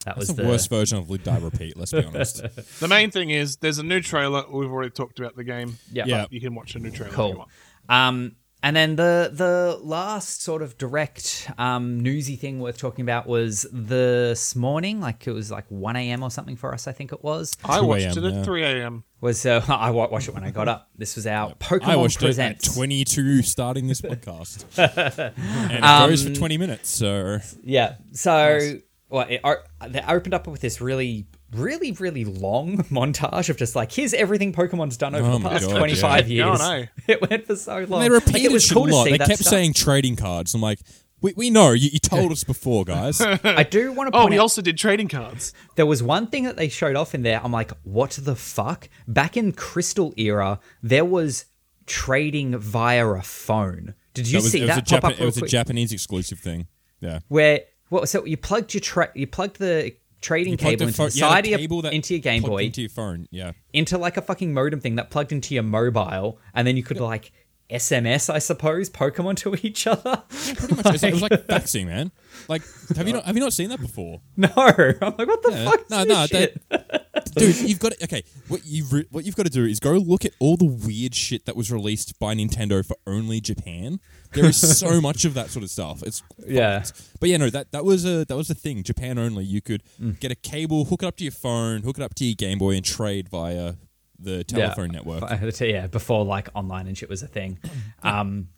A: That was
C: That's
A: the,
C: the, worst version of live, die, repeat. Let's be honest.
B: The main thing is there's a new trailer. We've already talked about the game.
A: Yeah.
B: but
C: Yeah.
B: you can watch a new trailer. If you
A: Cool.
B: want.
A: Um, and then the the last sort of direct um, newsy thing worth talking about was this morning, like it was like one a.m. or something for us, I think it was.
B: I
C: 2
B: watched
C: a.m.,
B: it at
C: yeah.
B: 3 a.m.
A: Was uh, I wa- watched it when I got up. This was our Pokemon
C: I watched
A: Presents.
C: it at 22 starting this podcast. and it goes
A: Um,
C: for 20 minutes, so
A: Yeah. So, well, it, o- they opened up with this really, really, really long montage of just like, here's everything Pokemon's done over
C: Oh
A: the
C: my
A: past
C: God,
A: 25
B: yeah.
A: years.
B: Yeah, I know.
A: It went for so long.
C: they repeated
A: like, it was
C: shit
A: cool
C: a
A: to
C: lot.
A: see
C: They
A: that
C: kept
A: stuff.
C: saying trading cards. I'm like, we, we know. You, you told us before, guys.
A: I do want to
B: Oh,
A: point
B: we
A: out
B: also did trading cards.
A: there was one thing that they showed off in there. I'm like, what the fuck? Back in Crystal era, there was trading via a phone. Did you
C: That was-
A: see
C: it was
A: that
C: a
A: pop
C: Japan-
A: up?
C: It
A: real
C: was a
A: quick?
C: Japanese exclusive thing. Yeah.
A: where well, so you plugged your tra- you plugged the trading
C: Plugged
A: cable
C: a
A: into
C: pho-
A: the
C: you had a
A: side of your-
C: cable that
A: into your Game
C: plugged
A: Boy,
C: into your phone. Yeah.
A: into like a fucking modem thing that plugged into your mobile, and then you could like SMS, I suppose, Pokemon to each other.
C: Pretty much. It was like faxing, man. Like, have you not have you not seen that before?
A: no, I'm like, what the
C: Yeah.
A: fuck? Is
C: No,
A: this
C: no,
A: shit?
C: that- dude, you've got to, okay. What you've re- what you've got to do is go look at all the weird shit that was released by Nintendo for only Japan. There is so much of that sort of stuff. It's
A: Yeah.
C: fucked. but yeah, no that that was a that was a thing. Japan only. You could
A: Mm.
C: get a cable, hook it up to your phone, hook it up to your Game Boy, and trade via the telephone network.
A: F- Yeah, before like online and shit was a thing. Um,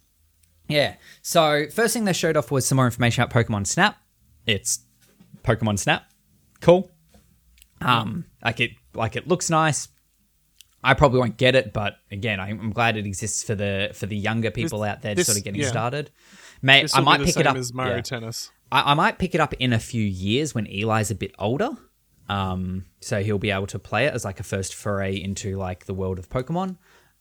A: yeah. So first thing they showed off was some more information about Pokemon Snap. It's Pokemon Snap. Cool. Um, like it, like it looks nice. I probably won't get it, but again, I- I'm glad it exists for the for the younger people out there
B: this-
A: sort of getting
B: yeah.
A: started. May,
B: This
A: I
B: will
A: might
B: be the
A: pick
B: same
A: it up
B: as Mario
A: yeah.
B: Tennis.
A: I, I might pick it up in a few years when Eli's a bit older. Um, so he'll be able to play it as like a first foray into like the world of Pokemon.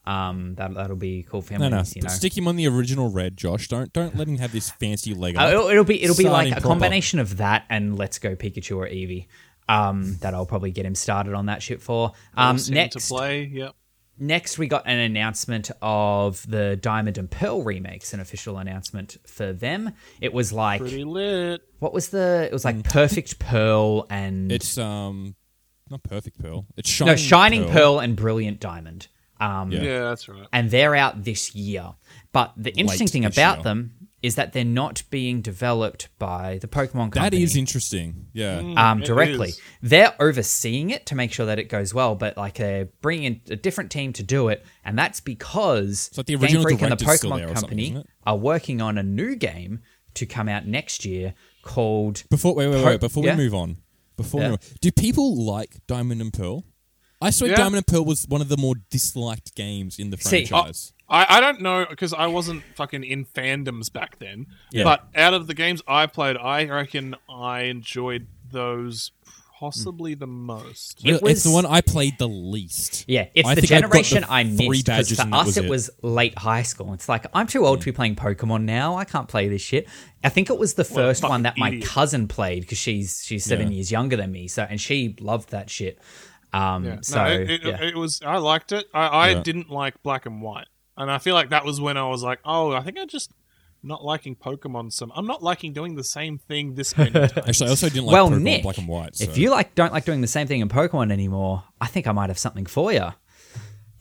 A: Um, that that'll be cool for him.
C: No,
A: when
C: no.
A: he's, you know.
C: But stick him on the original red, Josh. Don't don't let him have this fancy Lego.
A: Uh, it'll, it'll be it'll be
C: Starting
A: like a
C: proper.
A: combination of that and Let's Go Pikachu or Eevee. Um, that I'll probably get him started on that shit for. Um,
B: Force him
A: next,
B: to play. Yep.
A: next we got an announcement of the Diamond and Pearl remakes, an official announcement for them. It was like
B: Pretty lit.
A: what was the? It was
C: Mm.
A: like Perfect Pearl and
C: It's um not perfect pearl. It's shining.
A: no shining pearl.
C: pearl.
A: and brilliant diamond um,
C: Yeah.
B: Yeah, that's right.
A: and they're out this year but the interesting
C: Late
A: thing
C: this
A: about
C: year.
A: them is that they're not being developed by the pokemon company
C: That is interesting. Yeah.
A: um,
B: It
A: directly
B: is.
A: they're overseeing it to make sure that it goes well but like they're bringing in a different team to do it and that's because
C: like the original
A: Game Freak and the
C: director's still
A: pokemon
C: there or something,
A: company
C: isn't it?
A: are working on a new game to come out next year called
C: Before wait wait
A: Po-
C: wait before
A: yeah?
C: we move on. Before
A: Yeah.
C: we move on, do people like Diamond and Pearl? I saw
B: Yeah.
C: Diamond and Pearl was one of the more disliked games in the
A: See, oh,
C: franchise.
B: I, I don't know because I wasn't fucking in fandoms back then.
C: Yeah.
B: But out of the games I played, I reckon I enjoyed those possibly the most.
A: it was-
C: it's the one I played the least.
A: Yeah, it's
C: I
A: the
C: think I got
A: generation
C: the
A: I,
C: Three
A: missed. 'cause
C: badges
A: For
C: and that
A: us, it
C: it.
A: was late high school. It's like I'm too old to be playing Pokemon now. I can't play this shit. I think it was the first one
B: fucking
A: that my
B: idiot.
A: cousin played because she's she's seven
C: Yeah.
A: years younger than me. So and she loved that shit. Um,
B: Yeah.
A: so
B: no, it, it,
A: yeah.
B: it was. I liked it. I, I
C: Yeah.
B: didn't like black and white, and I feel like that was when I was like, oh, I think I just not liking Pokemon. Some I'm not liking doing the same thing this many times.
C: Actually, I also didn't like
A: well,
C: Pokemon
A: Nick,
C: Black and White. So.
A: if you like, don't like doing the same thing in Pokemon anymore, I think I might have something for you.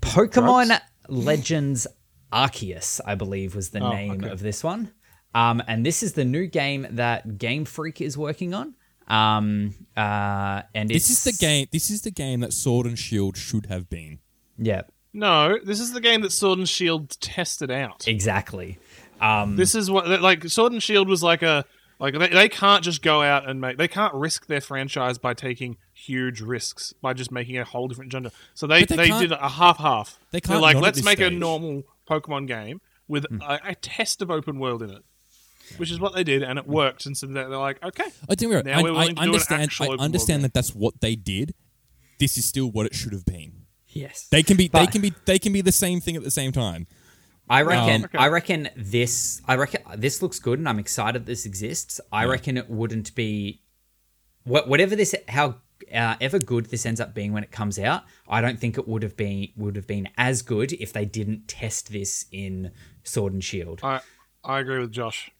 A: Pokemon
B: Drugs?
A: Legends Arceus, I believe, was the
B: Oh,
A: name
B: okay.
A: of this one. Um, and this is the new game that Game Freak is working on. Um, uh, and
C: this is
A: it's,
C: the game. This is the game that Sword and Shield should have been.
A: Yeah,
B: no, this is the game that Sword and Shield tested out.
A: exactly.
B: This is what that- like Sword and Shield was like a like they, they can't just go out and make they can't risk their franchise by taking huge risks by just making a whole different genre. So they
C: But they
B: they,
C: can't-
B: did a half half.
C: they
B: They're
C: can't
B: like
C: not at
B: let's
C: this
B: make a
C: stage."
B: normal Pokemon game with a, a test of open world in it, which is what they did and it worked. And so they're, they're like okay,
C: I don't worry.
B: Now
C: I,
B: we're
C: I
B: willing to do an
C: understand.
B: actual
C: I
B: open world
C: understand
B: game.
C: that that's what they did. This is still what it should have been.
A: Yes.
C: They can be.
A: But-
C: they can be. They can be the same thing at the same time.
A: I reckon.
C: Um,
A: I reckon this. I reckon this looks good, and I'm excited this exists. I reckon it wouldn't be, wha- whatever this, how uh, ever good this ends up being when it comes out. I don't think it would have been would have been as good if they didn't test this in Sword and Shield.
B: I I agree with Josh.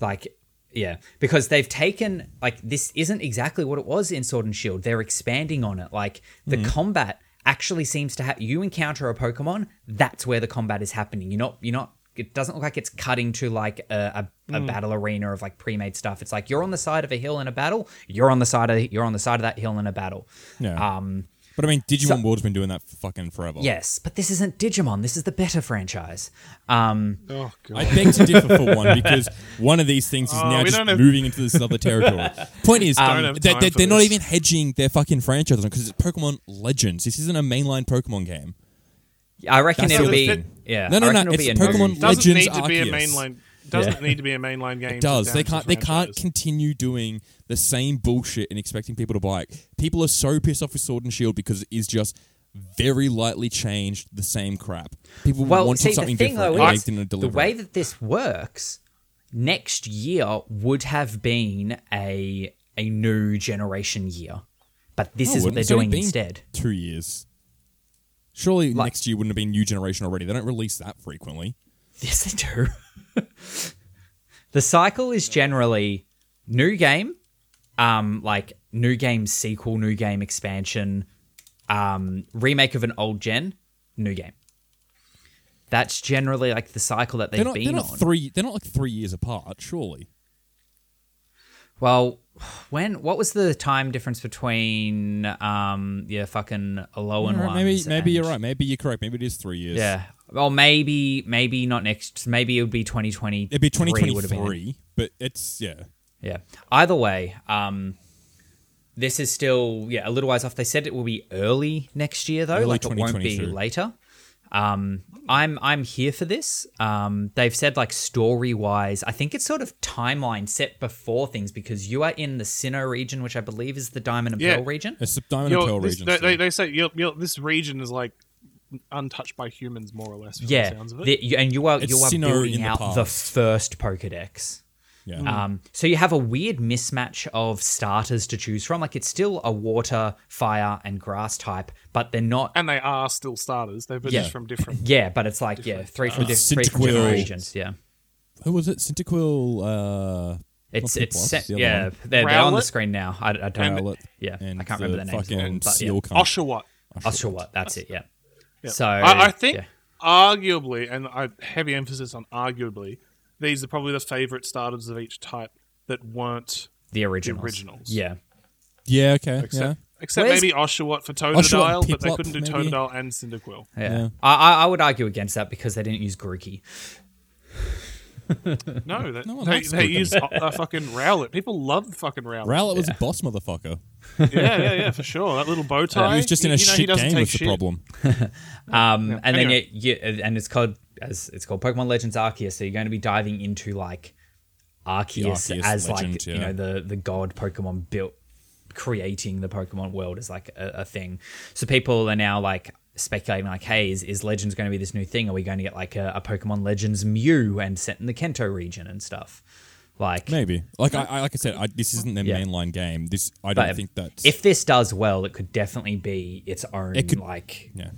A: Like, yeah, because they've taken like this isn't exactly what it was in Sword and Shield. They're expanding on it. Like the
C: Mm-hmm.
A: combat actually seems to have you encounter a Pokemon. That's where the combat is happening. You're not. You're not. It doesn't look like it's cutting to like a, a, a
C: Mm.
A: battle arena of like pre-made stuff. It's like you're on the side of a hill in a battle. You're on the side of you're on the side of that hill in a battle.
C: Yeah.
A: Um,
C: but I mean, Digimon World's been doing that for fucking forever.
A: yes, but this isn't Digimon. This is the better franchise. Um,
B: Oh god.
C: I beg to differ for one because one of these things is
B: Oh, we
C: now just
B: don't have-
C: moving into this other territory. Point is,
B: Don't have
C: they,
B: time
C: they,
B: for
C: they're not
B: this.
C: even hedging their fucking franchise because it's Pokemon Legends. This isn't a mainline Pokemon game.
A: I reckon
C: That's
A: it'll
B: the
A: be
B: thing.
A: yeah.
C: No,
A: I
C: no,
A: reckon
C: no,
A: it'll be
C: it's
A: a
C: Pokemon
A: new-
C: Legends.
B: doesn't need to be a
C: Arceus.
B: mainline. Doesn't
A: Yeah.
B: need to be a mainline game. It
C: does. They can't. They can't continue doing the same bullshit and expecting people to buy it. People are so pissed off with Sword and Shield because it is just very lightly changed, the same crap. People
A: Well,
C: wanted
A: see,
C: something
A: the thing
C: different.
A: though
C: and
A: is
C: they didn't
A: the
C: deliver
A: way
C: it.
A: that this works. Next year would have been a a new generation year, but this
C: No,
A: is what
C: Oh, wouldn't.
A: they're
C: It's only
A: doing
C: been
A: instead.
C: Two years. Surely
A: Like-
C: next year wouldn't have been new generation already. They don't release that frequently.
A: Yes, they do. the cycle is generally new game, um, like new game sequel, new game expansion, um, remake of an old gen, new game. That's generally like the cycle that they've
C: They're not,
A: been
C: they're
A: on.
C: not three. They're not like three years apart. Surely.
A: Well, when what was the time difference between um your fucking Alolan
C: Alright,
A: ones?
C: maybe maybe
A: and-
C: you're right. Maybe you're correct. Maybe it is three years.
A: Yeah. Well, maybe maybe not next. Maybe it would be 2020.
C: It'd be
A: would have been.
C: 2023, but it's yeah.
A: Yeah. Either way, um, this is still yeah a little ways off. They said it will be early next year though,
C: Early
A: like it won't be
C: 2022.
A: later. Um, I'm I'm here for this. Um, they've said like story wise, I think it's sort of timeline set before things because you are in the Sinnoh region, which I believe is the Diamond and
B: Yeah.
A: Pearl region.
C: It's the Diamond and Pearl
B: this,
C: region.
B: They,
C: so-
B: they, they say you're, you're, this region is like untouched by humans, more or less. From
A: Yeah,
B: the sounds of it.
A: the- you- and you are
C: It's
A: you are
C: Sinnoh
A: building
C: in the
A: out the
C: past.
A: first Pokedex.
C: yeah.
A: Um, so you have a weird mismatch of starters to choose from. Like it's still a water, fire, and grass type, but they're not.
B: and they are still starters. They've been
A: Yeah.
B: just from different.
A: Yeah, but it's like yeah, three from
C: It's
A: different three from
C: Cyndaquil.
A: different regions. Yeah,
C: Who was it? Cyndaquil. Uh,
A: it's
C: not
A: it's
C: Piplup,
A: set,
C: the other
A: yeah
C: one.
A: they're, they're on the
B: Rowlet?
A: screen now. I, I don't know.
C: Rowlet
A: Yeah,
C: and
A: I can't remember the
C: the
A: name.
C: fucking
A: but yeah,
C: seal cunt.
B: Oshawott.
A: Oshawott, That's it. Yeah.
B: Yeah.
A: So
B: I, I think
A: yeah.
B: arguably, and I heavy emphasis on arguably, these are probably the favorite starters of each type that weren't
A: the originals.
B: originals.
A: Yeah.
C: Yeah. Okay.
B: except except
A: Where's-
B: maybe Oshawott for
C: Oshawott
B: Totodile,
C: and
B: but they
C: Piplup,
B: couldn't do
C: maybe?
B: Totodile and Cyndaquil.
A: Yeah,
C: Yeah.
A: I, I- I would argue against that because they didn't use Grookey.
B: No, they,
C: No one
B: they,
C: likes
B: they
C: Squidward.
B: used a, a fucking Rowlet. People love fucking Rowlet.
C: yeah. Rowlett was a boss motherfucker.
B: Yeah, yeah, yeah, for sure. That little bow tie.
C: he was just in
B: you-
C: a
B: you know, he
C: shit
B: doesn't
C: game
B: take
C: was the
B: shit.
C: problem.
A: Um, and then
B: Anyway.
A: you, you, and it's called as it's called Pokemon Legends Arceus. So you're going to be diving into like Arceus,
C: The Arceus
A: as like
C: legend,
A: you
C: yeah.
A: know the the god Pokemon built creating the Pokemon world as like a, a thing. So people are now like speculating like, hey, is, is Legends going to be this new thing? Are we going to get like a, a Pokemon Legends Mew and set in the Kanto region and stuff? Like
C: Maybe. Like I, I like I said, I, this isn't their
A: Yeah.
C: mainline game. This I don't
A: But
C: think that's
A: if this does well, it could definitely be its own
C: It could-
A: like
C: yeah.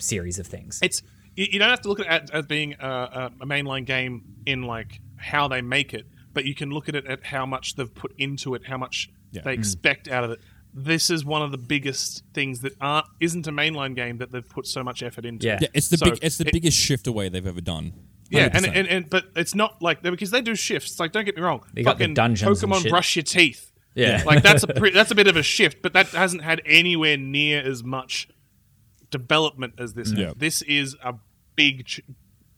A: series of things.
B: It's you, you don't have to look at it as being a, a, a mainline game in like how they make it, but you can look at it at how much they've put into it, how much
C: Yeah.
A: Hmm.
B: they expect out of it. This is one of the biggest things that aren't isn't a mainline game that they've put so much effort into.
A: Yeah.
C: Yeah, it's the
B: So
C: big, it's the
B: it-
C: biggest shift away they've ever done.
B: Yeah, and,
C: 100%.
B: and and but it's not like because they do shifts. Like, don't get me wrong.
A: They got the
B: fucking
A: dungeons and
B: Pokemon
A: shit.
B: brush your teeth.
A: Yeah.
B: like that's a pre- that's a bit of a shift, but that hasn't had anywhere near as much development as this.
C: Yeah.
B: has. This is a big, ch-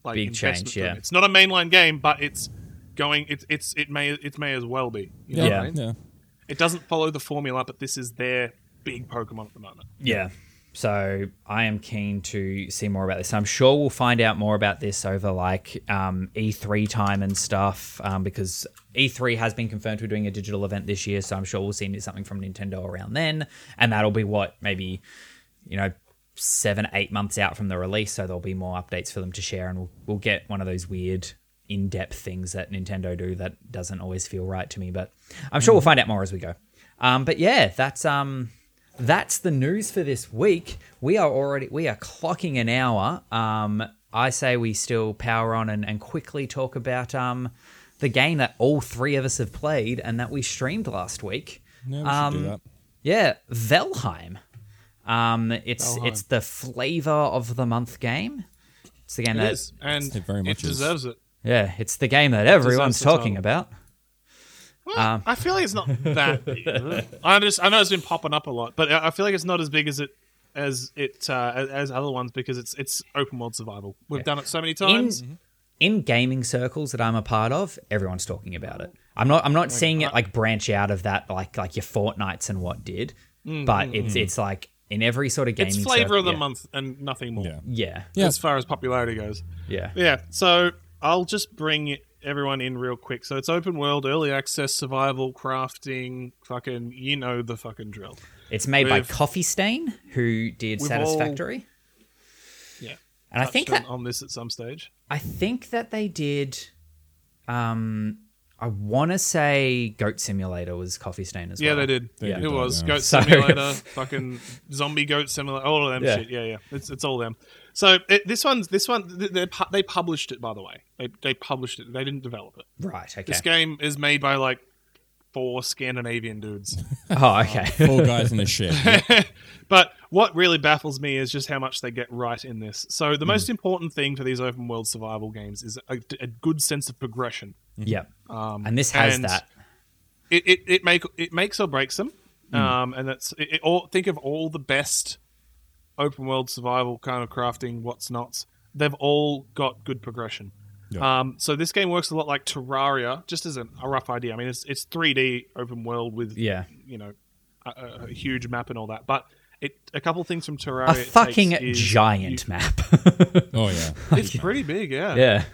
B: like
A: Big
B: investment
A: change,
B: for them.
A: yeah.
B: it's not a mainline game, but it's going. It's it's it may it may as well be. You know
A: Yeah.
B: what I mean?
C: yeah.
B: It doesn't follow the formula, but this is their big Pokemon at the moment.
A: Yeah. So I am keen to see more about this. I'm sure we'll find out more about this over like um, E3 time and stuff um, because E3 has been confirmed we're doing a digital event this year. So I'm sure we'll see something from Nintendo around then. And that'll be what, maybe, you know, seven, eight months out from the release. So there'll be more updates for them to share and we'll, we'll get one of those weird in depth things that Nintendo do that doesn't always feel right to me. But I'm sure we'll find out more as we go. Um, but yeah, that's. um that's the news for this week. We are already we are clocking an hour. Um, I say we still power on and, and quickly talk about um, the game that all three of us have played and that we streamed last week.
C: Yeah, we should
A: um,
C: do that.
A: Yeah, Velheim. Um, it's it's the flavor of the month game. It's the game
B: It
A: that
B: is, and
C: It very
B: it
C: much is.
B: deserves it.
A: yeah, it's the game that everyone's
B: the title.
A: talking about.
B: Well,
A: Um,
B: I feel like it's not that. big. I just I know it's been popping up a lot, but I I feel like it's not as big as it as it uh, as- as other ones because it's it's open world survival. We've done it so many
A: in
B: times.
A: in gaming circles that I'm a part of, everyone's talking about it. I'm not I'm not seeing it like branch out of that like like your Fortnites and what did, but it's it's like in every sort of gaming
B: Mm, it's flavor
A: circle-
B: of the
A: yeah.
B: month and nothing more.
C: Yeah.
A: Yeah.
C: Yeah.
B: As far as popularity goes.
A: Yeah.
B: Yeah. So I'll just bring everyone in real quick. So it's open world, early access, survival, crafting, fucking you know the fucking drill.
A: It's made by
B: We've-
A: Coffee Stain, who did
B: We've all
A: Satisfactory.
B: Yeah.
A: and I
B: Touched
A: think
B: on,
A: that
B: on this at some stage.
A: I think that they did um I wanna say Goat Simulator was Coffee Stain as
B: Yeah,
A: well.
B: they did.
C: They
A: Yeah.
B: It
C: did,
B: was
C: yeah.
B: Goat
A: So-
B: Simulator, fucking zombie Goat Simulator, all of them
A: Yeah.
B: shit. Yeah, yeah, it's, it's all them. So it, this one's this one th- they pu- they published it by the way. They they published it. They didn't develop it.
A: Right, okay.
B: This game is made by like four Scandinavian dudes.
A: Oh, okay.
C: Four guys in a shed.
B: But what really baffles me is just how much they get right in this. So
A: Hmm.
B: the most important thing for these open world survival games is a, a good sense of progression.
A: yep. and this has
B: Um, and-
A: that.
B: it, it, it make it makes or breaks them.
A: Hmm.
B: Um, and that's it, it all, think of all the best open world survival kind of crafting what's nots. They've all got good progression.
C: Yeah.
B: Um, so this game works a lot like Terraria, just as a, a rough idea. I mean, it's it's 3D open world with
A: Yeah.
B: you know a, a, a huge map and all that, but. It, a couple things from Terraria.
A: A
B: it takes
A: fucking
B: is
A: giant map.
C: Oh yeah.
B: you- it's pretty big,
A: yeah.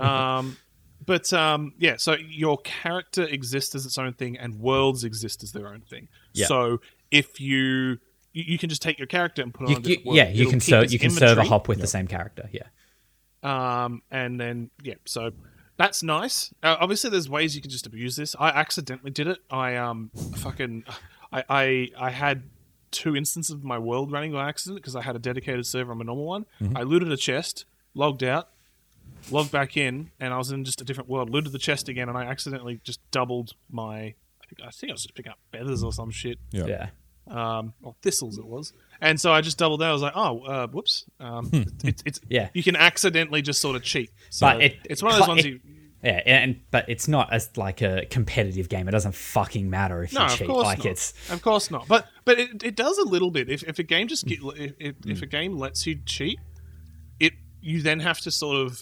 B: um, but um, yeah, so your character exists as its own thing, and worlds exist as their own thing.
A: Yeah.
B: So if you, you you can just take your character and put it
A: You-
B: on a
A: you-
B: different world.
A: yeah, you
B: It'll
A: can
B: keep
A: serve
B: its
A: you can
B: inventory,
A: serve a hop with the same character. Yeah,
B: Um, and then yeah, so that's nice. Uh, obviously, there's ways you can just abuse this. I accidentally did it. I um fucking I I, I had. Two instances of my world running by accident because I had a dedicated server on my normal one. I looted a chest, logged out, logged back in, and I was in just a different world. Looted the chest again, and I accidentally just doubled my. I think I, think I was just picking up feathers or some shit,
C: Yeah.
A: yeah,
B: um, or thistles it was. And so I just doubled that. I was like, oh, uh, whoops. Um, it's, it's
A: Hmm. Yeah.
B: You can accidentally just sort of cheat. So
A: But it-
B: it's one of those
A: cla-
B: ones
A: it-
B: you.
A: yeah. And but it's not as like a competitive game. It doesn't fucking matter if
B: No,
A: you
B: of
A: cheat.
B: course
A: Like
B: not.
A: it's
B: Of course not. But but it, it does a little bit. If, if a game just
A: Hmm.
B: get, if, if, if a game lets you cheat, it you then have to sort of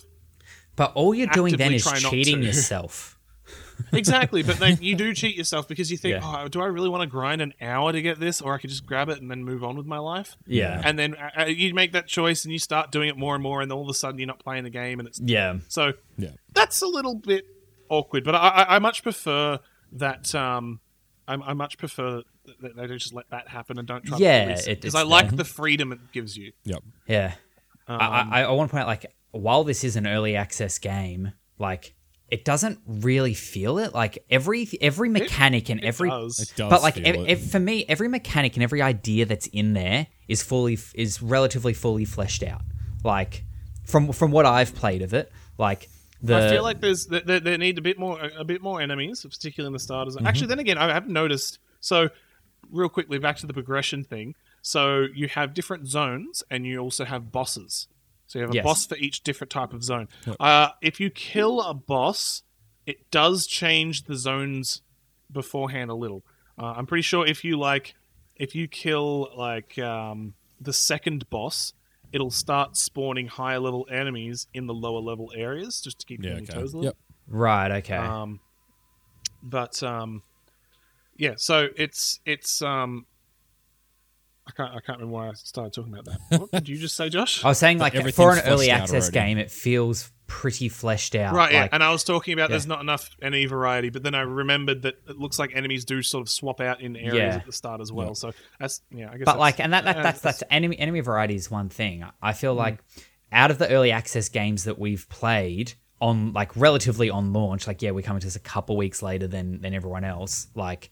A: but all you're doing then
B: Actively
A: is
B: try not
A: cheating
B: to.
A: yourself.
B: exactly but then you do cheat yourself because you think
A: Yeah.
B: oh do i really want to grind an hour to get this or i could just grab it and then move on with my life
A: Yeah.
B: and then uh, uh, you make that choice and you start doing it more and more and all of a sudden you're not playing the game and it's
A: Yeah,
B: so
C: Yeah.
B: that's a little bit awkward but i, I, I much prefer that um I, I much prefer that they just let that happen and don't try
A: Yeah,
B: to
A: it-
B: because
A: it's
B: i like
A: there.
B: the freedom it gives you Um,
C: Yep.
A: yeah. I, I, I want to point out like while this is an early access game, like it doesn't really feel it. Like every every mechanic and every
B: does. It
C: does
A: but like
C: feel
A: ev-
C: it.
A: ev- for me, every mechanic and every idea that's in there is fully is relatively fully fleshed out. Like from from what I've played of it, like The,
B: I feel like there's there, there- there need a bit more a bit more enemies, particularly in the starters.
A: Mhm.
B: Actually, then again, I have noticed. So, real quickly back to the progression thing. So you have different zones, and you also have bosses. So you have a
A: Yes.
B: boss for each different type of zone. Uh, if you kill a boss, it does change the zones beforehand a little. Uh, I'm pretty sure if you like, if you kill like um, the second boss, it'll start spawning higher level enemies in the lower level areas just to keep you
C: Yeah,
B: on your
C: okay.
B: toes a little.
C: Yep.
A: right. Okay.
B: Um, but um, yeah, so it's it's um, I can't I can't remember why I started talking about that. What did you just say, Josh?
A: I was saying like
C: Everything's
A: for an early
C: fleshed out
A: access
C: already.
A: game, it feels pretty fleshed out.
B: Right, yeah,
A: like-
B: and I was talking about there's not enough enemy variety, but then I remembered that it looks like enemies do sort of swap out in areas
A: Yeah.
B: at the start as well. So that's yeah, I guess.
A: but
B: that's-
A: like, and that, that
B: uh,
A: that's that's enemy enemy variety is one thing. I feel
C: Mm.
A: like out of the early access games that we've played on like relatively on launch, like yeah, we're coming to this a couple weeks later than than everyone else. Like,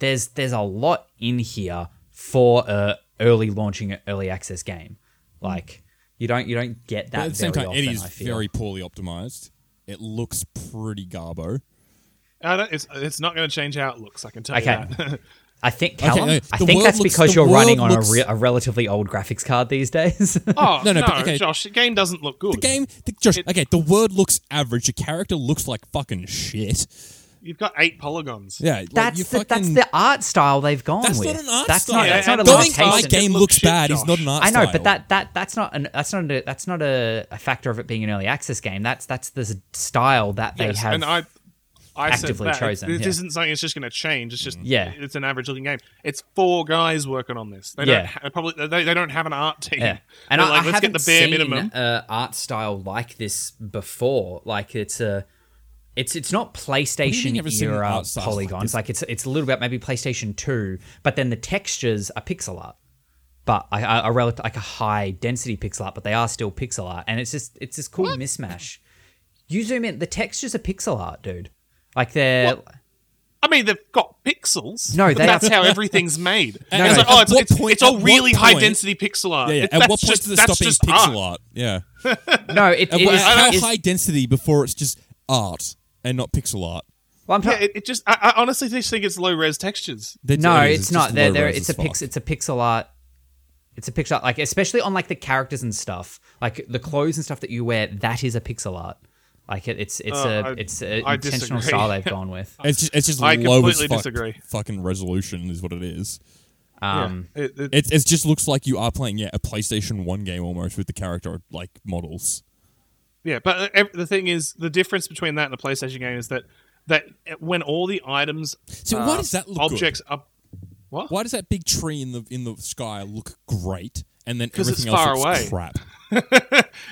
A: there's there's a lot in here for a early launching early access game. Like, you don't you don't get that.
C: Mm. But at the same
A: very
C: time,
A: often,
C: it is
A: I feel.
C: very poorly optimized. It looks pretty garbo.
B: I don't, it's, it's not going to change how it looks. I can tell
A: Okay.
B: you that.
A: I think Callum,
C: no,
A: I
C: the
A: think
C: world
A: that's
C: looks-
A: because
C: the
A: you're running on
C: world
A: a,
C: looks-
A: re- a relatively old graphics card these days.
B: oh no,
C: No,
B: no,
C: no, but okay.
B: Josh, the game doesn't look good.
C: The game, the, Josh.
B: It-
C: okay, the word looks average. Your character looks like fucking shit.
B: You've got eight polygons.
C: Yeah, like,
A: that's
C: you
A: the, that's
C: fucking-
A: the art style they've gone
C: That's
A: with.
C: not an art
A: that's
C: style.
A: Not, that's not a
B: and
C: Going
B: limitation.
C: my
A: limitation.
B: It
C: game
B: looks
C: looks
B: shit,
C: bad is
B: Josh.
C: not an art
A: I know,
C: style.
A: but that that that's not an that's not a that's not a, a factor of it being an early access game. That's that's the s- style that they
B: Yes,
A: have.
B: and I, I said
A: actively
B: that. It-
A: chosen,
B: This
A: yeah.
B: isn't something that's just going to change. It's just
A: Yeah.
B: it's an average looking game. It's four guys working on this. They
A: Yeah.
B: don't ha- probably they, they don't have an art team.
A: yeah. And
B: And They're
A: I,
B: like,
A: I
B: let's
A: haven't
B: get the bare
A: seen
B: minimum.
A: a art style like this before. Like it's a. It's, it's not PlayStation
C: ever seen an
A: era
C: art style like
A: polygons.
C: this?
A: Like, it's it's a little bit maybe PlayStation Two, but then the textures are pixel art, but I- I- a, rel- like a high density pixel art, but they are still pixel art, and it's just it's this cool mismatch. You zoom in, the textures are pixel art, dude. Like they're
B: I mean, they've got pixels.
A: No,
B: but
A: they-
B: that's how everything's made.
C: No,
B: it's
C: no.
B: like, oh,
C: At
B: it's,
C: what
B: it's,
C: point-
B: it's all
C: at what
B: really high
C: point-
B: density pixel art.
C: yeah, yeah.
B: It-
C: At
B: that's
C: what point
B: just,
C: does it
B: that's
C: stop being
B: just
C: pixel
B: art?
C: art? Yeah.
A: no, it, it
C: Uh, Well,
A: is-
C: how
A: it is-
C: high density before it's just art and not pixel art?
A: well, I'm
B: Yeah,
A: try-
B: it, it just I, I honestly just think it's low res textures.
C: That's
A: no,
C: what it is.
A: it's, not.
C: just
A: They're,
C: low
A: they're,
C: res
A: it's a
C: as fuck.
A: pix, it's a pixel art. It's a pixel art, like especially on like the characters and stuff, like the clothes and stuff that you wear. That is a pixel art. Like it, it's it's
B: Uh,
A: a
B: I-
A: it's
B: I
A: an intentional
B: disagree.
A: style they've gone with.
C: It's just, it's just
B: I
C: low
B: completely
C: as fuck
B: disagree.
C: Fucking resolution is what it is.
A: Um,
B: yeah. It- it-
C: It, it just looks like you are playing yeah a PlayStation One game almost with the character like models.
B: yeah, but uh, ev- the thing is, the difference between that and a PlayStation game is that that uh, when all the items,
C: So
B: uh,
C: why does that look good?
B: objects are what?
C: Why does that big tree in the in the sky look great and then
B: 'Cause it's
C: everything else
B: far
C: looks
B: away.
C: crap?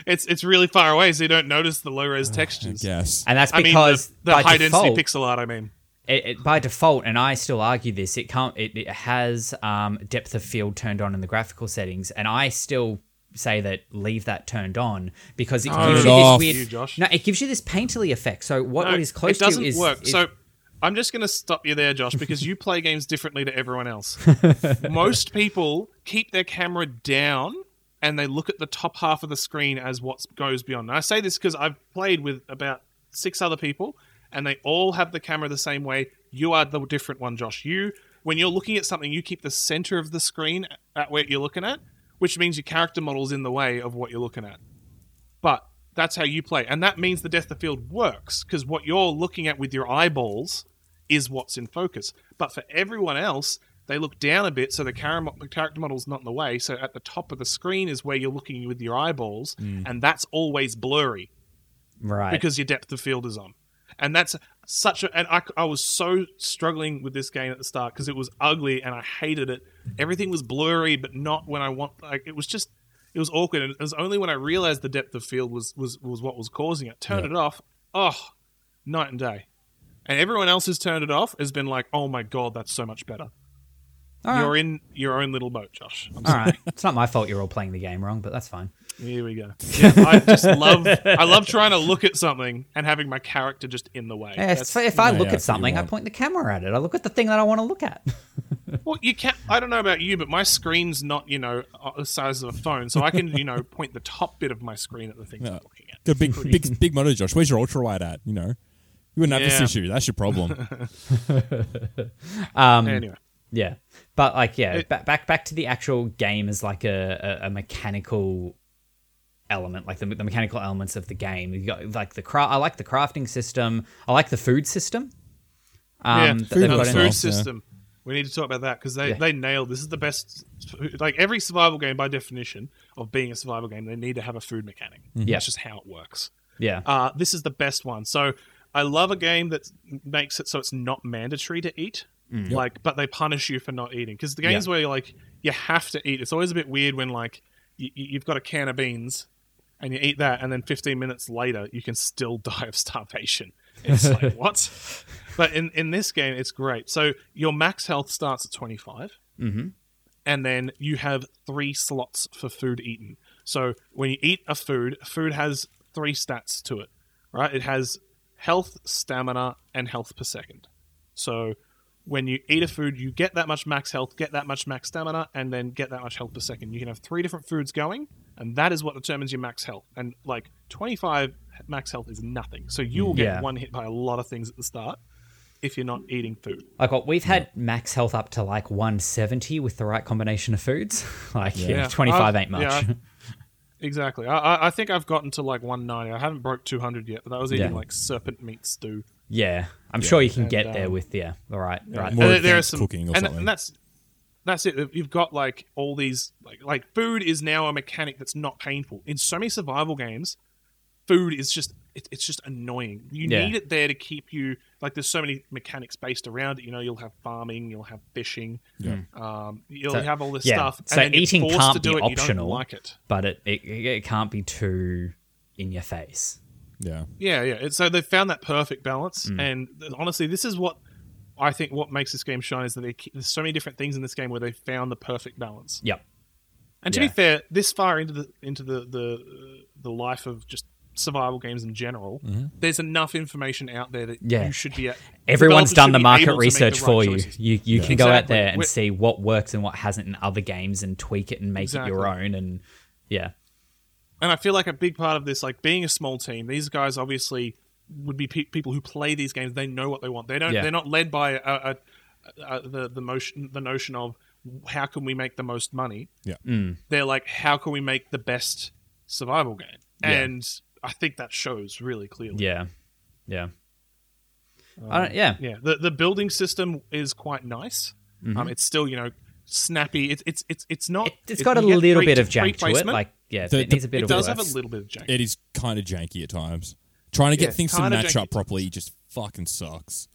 B: It's it's really far away, so you don't notice the low
C: Ah,
B: res textures.
C: Yes.
A: and that's
B: I mean
A: because
B: the, the
A: by
B: high
A: default,
B: density pixel art. I mean,
A: it, it, by default, and I still argue this, it can't. It, it has um, depth of field turned on in the graphical settings, and I still say that leave that turned on because it
B: No.
A: gives
C: Turn
A: you
C: it off.
A: this
B: You,
A: weird.
B: Josh.
A: no, it gives you this painterly effect. So what,
B: No,
A: what is close
B: it doesn't
A: to is
B: work.
A: is-
B: so I'm just going to stop you there, Josh, because you play games differently to everyone else. Most people keep their camera down and they look at the top half of the screen as what goes beyond. And I say this because I've played with about six other people, and they all have the camera the same way. You are the different one, Josh. You, when you're looking at something, you keep the center of the screen at where you're looking at, which means your character model's in the way of what you're looking at but that's how you play and that means the depth of field works because what you're looking at with your eyeballs is what's in focus but for everyone else they look down a bit so the chara- character model's not in the way so at the top of the screen is where you're looking with your eyeballs and that's always blurry
A: right
B: because your depth of field is on and that's such a and I, I was so struggling with this game at the start because it was ugly and i hated it everything was blurry but not when i want like it was just it was awkward and it was only when i realized the depth of field was was was what was causing it turned it off oh night and day and everyone else who's turned it off has been like oh my god that's so much better
A: All right.
B: you're in your own little boat josh Um, I'm
A: All right. It's not my fault you're all playing the game wrong, but that's fine.
B: Here we go. Yeah, I just love I love trying to look at something and having my character just in the way.
A: If,
B: That's,
A: if I
C: yeah,
A: look
C: that's what you
A: at something, I
C: want.
A: point the camera at it. I look at the thing that I want to look at.
B: well, you can not I don't know about you, but my screen's not you know uh, the size of a phone, so I can you know point the top bit of my screen at the things I'm looking at.
C: Got a big, big, big motor, Josh. Where's your ultra wide at? You know, you wouldn't have this
B: Yeah.
C: issue. That's your problem.
A: Um,
B: anyway,
A: Yeah, but like, yeah, ba- back back to the actual game as like a, a, a mechanical element, like the, the mechanical elements of the game. You got like the cra- I like the crafting system. I like the food system.
B: yeah,
A: Um, that they've
B: the
A: got
B: food
A: in-
C: well, yeah.
B: system. We need to talk about that because they,
A: Yeah.
B: they nailed this. Is the best, like every survival game by definition of being a survival game, they need to have a food mechanic.
A: Mm-hmm. Yeah.
B: that's just how it works.
A: Yeah,
B: Uh, this is the best one. So I love a game that makes it so it's not mandatory to eat. Like, but they punish you for not eating because the games where like you have to eat. It's always a bit weird when like you, you've got a can of beans and you eat that, and then 15 minutes later you can still die of starvation. It's like what? But in in this game, it's great. So your max health starts at 25 and then you have three slots for food eaten. So when you eat a food, food has three stats to it, right? It has health, stamina, and health per second. So when you eat a food, you get that much max health, get that much max stamina, and then get that much health per second. You can have three different foods going, and that is what determines your max health. And like 25 max health is nothing. So you will get
A: Yeah.
B: one hit by a lot of things at the start if you're not eating food.
A: like what we've had max health up to like 170 with the right combination of foods. like yeah.
B: Yeah.
A: 25
B: I've-
A: ain't much.
B: yeah. Exactly. I, I, I think I've gotten to like 190. I haven't broke 200 yet, but I was eating
A: Yeah.
B: like serpent meat stew.
A: Yeah, I'm sure you can
B: And,
A: get there
B: um,
A: with yeah, the right, right.
C: More
B: And there- there are
C: advanced
B: some
C: cooking
B: and,
C: or
B: and
C: something.
B: that's that's it. You've got like all these like like food is now a mechanic that's not painful. In so many survival games, food is just it, it's just annoying. You
A: Yeah.
B: need it there to keep you like. There's so many mechanics based around it. You know, you'll have farming, you'll have fishing, um, you'll
A: So-
B: have all this
A: yeah.
B: stuff.
A: So
B: and then you're
A: eating
B: forced
A: can't
B: to do
A: be
B: it, you don't
A: optional.
B: like it.
A: but it, it it can't be too in your face.
C: yeah.
B: Yeah, yeah. It- So they found that perfect balance,
A: Mm.
B: and th- honestly, this is what I think what makes this game shine is that they, ke- there's so many different things in this game where they found the perfect balance.
A: Yep.
B: And to
A: Yeah.
B: be fair, this far into the into the the uh, the life of just survival games in general, there's enough information out there that
A: Mm-hmm. Yeah.
B: you should be. At,
A: Everyone's
B: developers
A: done
B: should
A: the
B: be
A: market
B: able to make the
A: research
B: right
A: for
B: choices.
A: you. You you can go out
B: Exactly.
A: there and
B: We're-
A: see what works and what hasn't in other games and tweak it and make it your
B: Exactly.
A: own and yeah.
B: and I feel like a big part of this, like being a small team, these guys obviously would be pe- people who play these games. They know what they want. They don't.
A: Yeah.
B: They're not led by a, a, a, the the motion the notion of how can we make the most money.
C: Yeah.
A: Mm.
B: They're like, how can we make the best survival game? And I think that shows really clearly.
A: Yeah. Yeah.
B: Um,
A: I don't, yeah.
B: Yeah, the the building system is quite nice. Um, it's still you know snappy. It's it's it's it's not.
A: Mm-hmm. It, it's got a
B: you get
A: little
B: free-
A: bit of
B: free
A: jank to it.
B: placement.
A: Like yeah,
C: The-
A: it
C: the-
A: needs a bit
B: it
A: of
B: does
A: work.
B: have a little bit of jank.
C: It is kind of janky at times. Trying to get
B: Yeah,
C: things to
B: kinda
C: match
B: janky
C: up
B: at
C: properly just fucking sucks.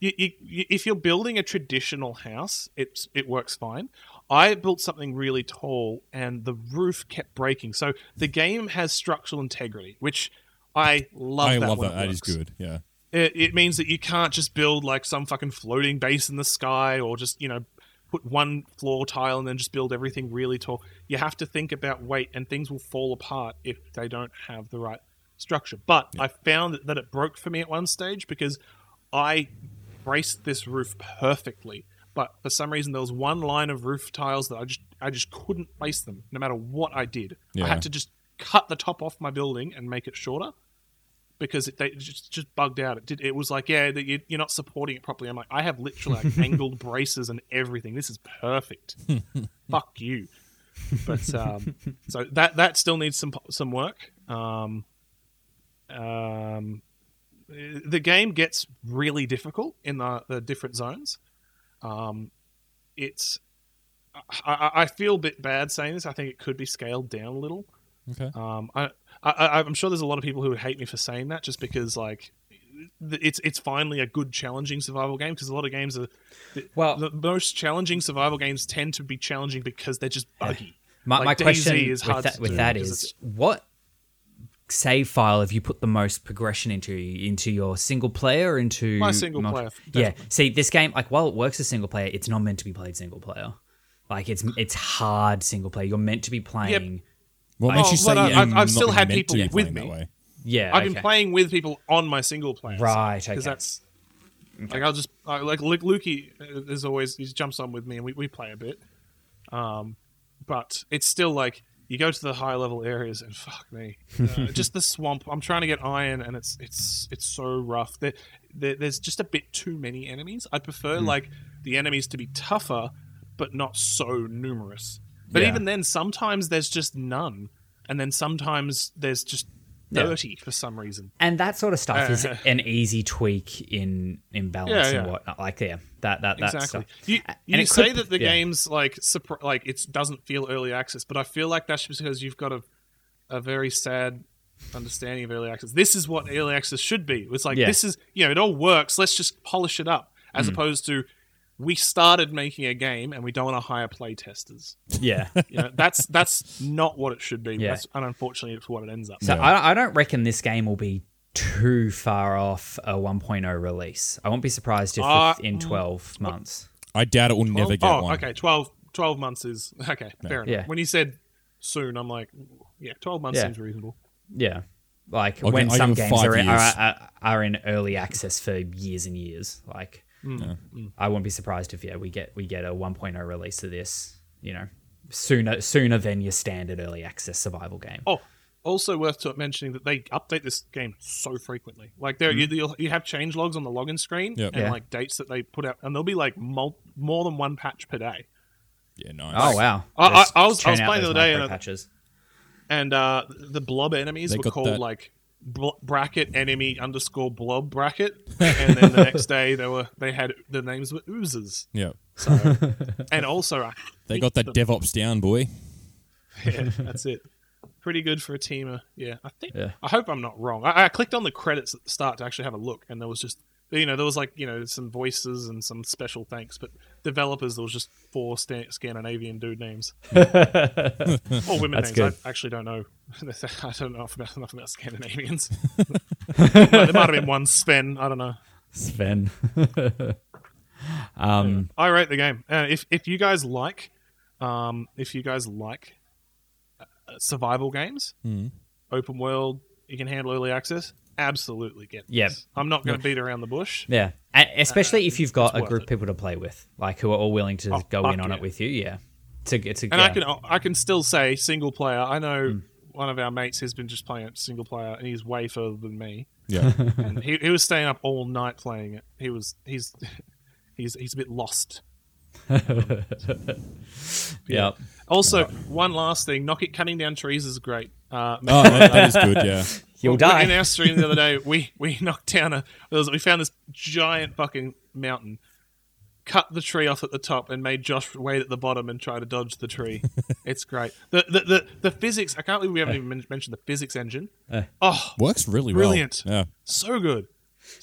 B: you, you, you, if you're building a traditional house, it's it works fine. I built something really tall, and the roof kept breaking. So the game has structural integrity, which I love.
C: I
B: that
C: love
B: when
C: that.
B: it
C: That is
B: works.
C: good. Yeah.
B: It, it means that you can't just build like some fucking floating base in the sky, or just you know put one floor tile and then just build everything really tall. You have to think about weight, and things will fall apart if they don't have the right structure. But I found that, that it broke for me at one stage because I braced this roof perfectly, but for some reason there was one line of roof tiles that I just I just couldn't place them, no matter what I did. I
C: Yeah.
B: had to just cut the top off my building and make it shorter because it, they it just just bugged out. It did. It was like, yeah, that you, you're not supporting it properly. I'm like, I have literally like angled braces and everything. This is perfect. Fuck you. But um, so that that still needs some some work. Um, um, the game gets really difficult in the, the different zones. Um, it's I, I I feel a bit bad saying this. I think it could be scaled down a little.
C: Okay.
B: Um, I, I- I, I'm sure there's a lot of people who would hate me for saying that, just because like th- it's it's finally a good challenging survival game because a lot of games are the,
A: Well-
B: the most challenging survival games tend to be challenging because they're just buggy.
A: My,
B: Like,
A: my
B: DayZ
A: question with
B: is hard
A: that,
B: to
A: with
B: do
A: that
B: because
A: is
B: it's-
A: what save file have you put the most progression into into your single player or into
B: My single
A: multi-
B: player,
A: yeah see this game like while it works as single player it's not meant to be played single player like it's it's hard single player you're meant to be playing
C: What makes you say
B: Oh, but I-
C: yeah,
B: I've-
C: I'm
B: I've still
C: not
B: had
C: meant
B: people
C: to be
B: with
C: playing
B: me.
C: That way.
A: yeah
B: I've been
A: okay.
B: playing with people on my single player,
A: Right, okay.
B: Because that's like I'll just I, like Lu- Lukey uh, is always he jumps on with me and we, we play a bit, um, but it's still like you go to the high level areas and fuck me, Uh, just the swamp. I'm trying to get iron, and it's it's it's so rough. There, there there's just a bit too many enemies. I prefer
A: Hmm.
B: like the enemies to be tougher, but not so numerous. But
A: Yeah.
B: even then, sometimes there's just none, and then sometimes there's just
A: Yeah.
B: thirty for some reason.
A: and that sort of stuff is
B: Uh.
A: an easy tweak in in balance
B: Yeah,
A: and
B: yeah.
A: whatnot. Like yeah, that that that
B: Exactly.
A: stuff.
B: You,
A: A-
B: you
A: it
B: say
A: could-
B: that the
A: yeah.
B: game's like supr- like it doesn't feel early access, but I feel like that's just because you've got a a very sad understanding of early access. This is what early access should be. It's like
A: Yeah. Mm.
B: this is you know it all works. Let's just polish it up, as opposed to we started making a game and we don't want to hire play testers.
A: Yeah.
B: You know, that's that's not what it should be.
A: Yeah.
B: That's and unfortunately it's what it ends up.
A: So I, I don't reckon this game will be too far off a 1.0 release. I won't be surprised if
B: Uh,
A: within 12 months.
C: I doubt it will never get
B: oh,
C: one.
B: okay. 12, 12 months is okay. Fair enough.
A: Yeah.
B: When you said soon, I'm like, yeah, twelve months
A: Yeah.
B: seems reasonable.
A: Yeah. Like
C: I'll
A: when
C: give- I'll
A: some
C: give it
A: games
C: five
A: are in, are,
C: years.
A: are, are in early access for years and years. Like
B: Mm.
A: I won't be surprised if yeah, we get we get a 1.0 release of this, you know, sooner sooner than your standard early access survival game.
B: Oh, also worth to mentioning that they update this game so frequently. Like there,
C: Mm-hmm.
B: you, you'll, you have change logs on the login screen
C: Yep.
B: and
A: Yeah.
B: like dates that they put out, and there'll be like mul- more than one patch per day.
C: Yeah, nice.
A: Oh wow!
B: I- I-
A: Just
B: I was- I
A: churn
B: was
A: out
B: playing the
A: those
B: other day
A: micro
B: and-
A: patches.
B: And uh, the blob enemies
C: They
B: were
C: got
B: called
C: that-
B: like bl- bracket enemy underscore blob bracket, and then the next day they were they had the names were oozes,
C: Yeah.
B: and also I
C: They
B: think
C: got that
B: the-
C: DevOps down, boy.
B: yeah, that's it. Pretty good for a teamer. Yeah, I think.
A: Yeah.
B: I hope I'm not wrong. I, I clicked on the credits at the start to actually have a look, and there was just you know there was like you know some voices and some special thanks, but developers there was just four Stan- Scandinavian dude names or women
A: That's
B: names.
A: good.
B: I actually don't know. I don't know enough about, enough about Scandinavians. But there might have been one Sven. I don't know.
A: Sven. Um,
B: I rate the game. Uh, if if you guys like, um, if you guys like uh, survival games,
C: Hmm.
B: open world, you can handle early access. Absolutely get.
A: Yep.
B: This. I'm not going to beat around the bush.
A: Yeah, and especially if you've got
B: Uh, it's
A: a
B: worth
A: group
B: it.
A: of people to play with, like who are all willing to
B: Oh,
A: go
B: fuck
A: in on
B: yeah.
A: it with you. Yeah, it's a, it's a
B: And
A: yeah.
B: I can I can still say single player. I know one of our mates has been just playing it single player, and he's way further than me.
C: Yeah.
B: And he, he was staying up all night playing it. He was he's he's he's a bit lost.
A: yeah.
B: Also, one last thing: knock it, cutting down trees is great. Uh,
C: oh, that, that is good. Yeah.
A: You'll
B: Well,
A: die.
B: In our stream the other day, we we knocked down a there was- we found this giant fucking mountain, cut the tree off at the top, and made Josh wait at the bottom and try to dodge the tree. it's great. The, the the the physics. I can't believe we
A: Uh.
B: haven't even men- mentioned the physics engine. oh,
C: Works really
B: Brilliant.
C: well.
B: so good.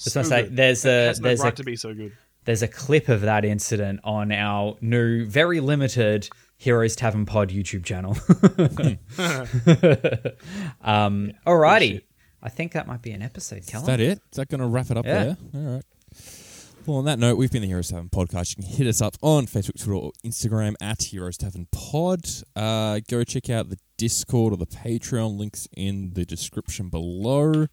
A: That's
B: so
A: what I say.
B: good.
A: There's
B: It
A: a-
B: has no
A: there's a-
B: right to be so good.
A: There's a clip of that incident on our new, very limited Heroes Tavern Pod YouTube channel. um, alrighty, I think that might be an episode,
C: Yeah. Is
A: Callum.
C: that it? Is that going to wrap it up
A: Yeah.
C: there? All right. Well, on that note, we've been the Heroes Tavern Podcast. You can hit us up on Facebook, Twitter, or Instagram at Heroes Tavern Pod. Uh, go check out the Discord or the Patreon links in the description below.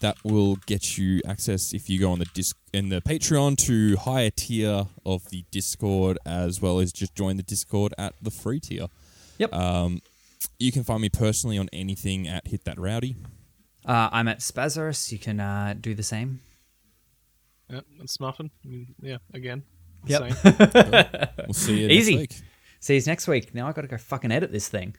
C: That will get you access if you go on the disc in the Patreon to higher tier of the Discord, as well as just join the Discord at the free tier. Um,
A: Yep. Uh,
C: You can find me personally on anything at Hit That Rowdy.
A: Uh, I'm at Spazarus. You can uh, do the same.
B: Yeah, that's muffin. Mm, Yeah, again.
A: Yep.
B: Same.
C: We'll see you
A: Easy.
C: next week.
A: See you next week. Now I got to go fucking edit this thing.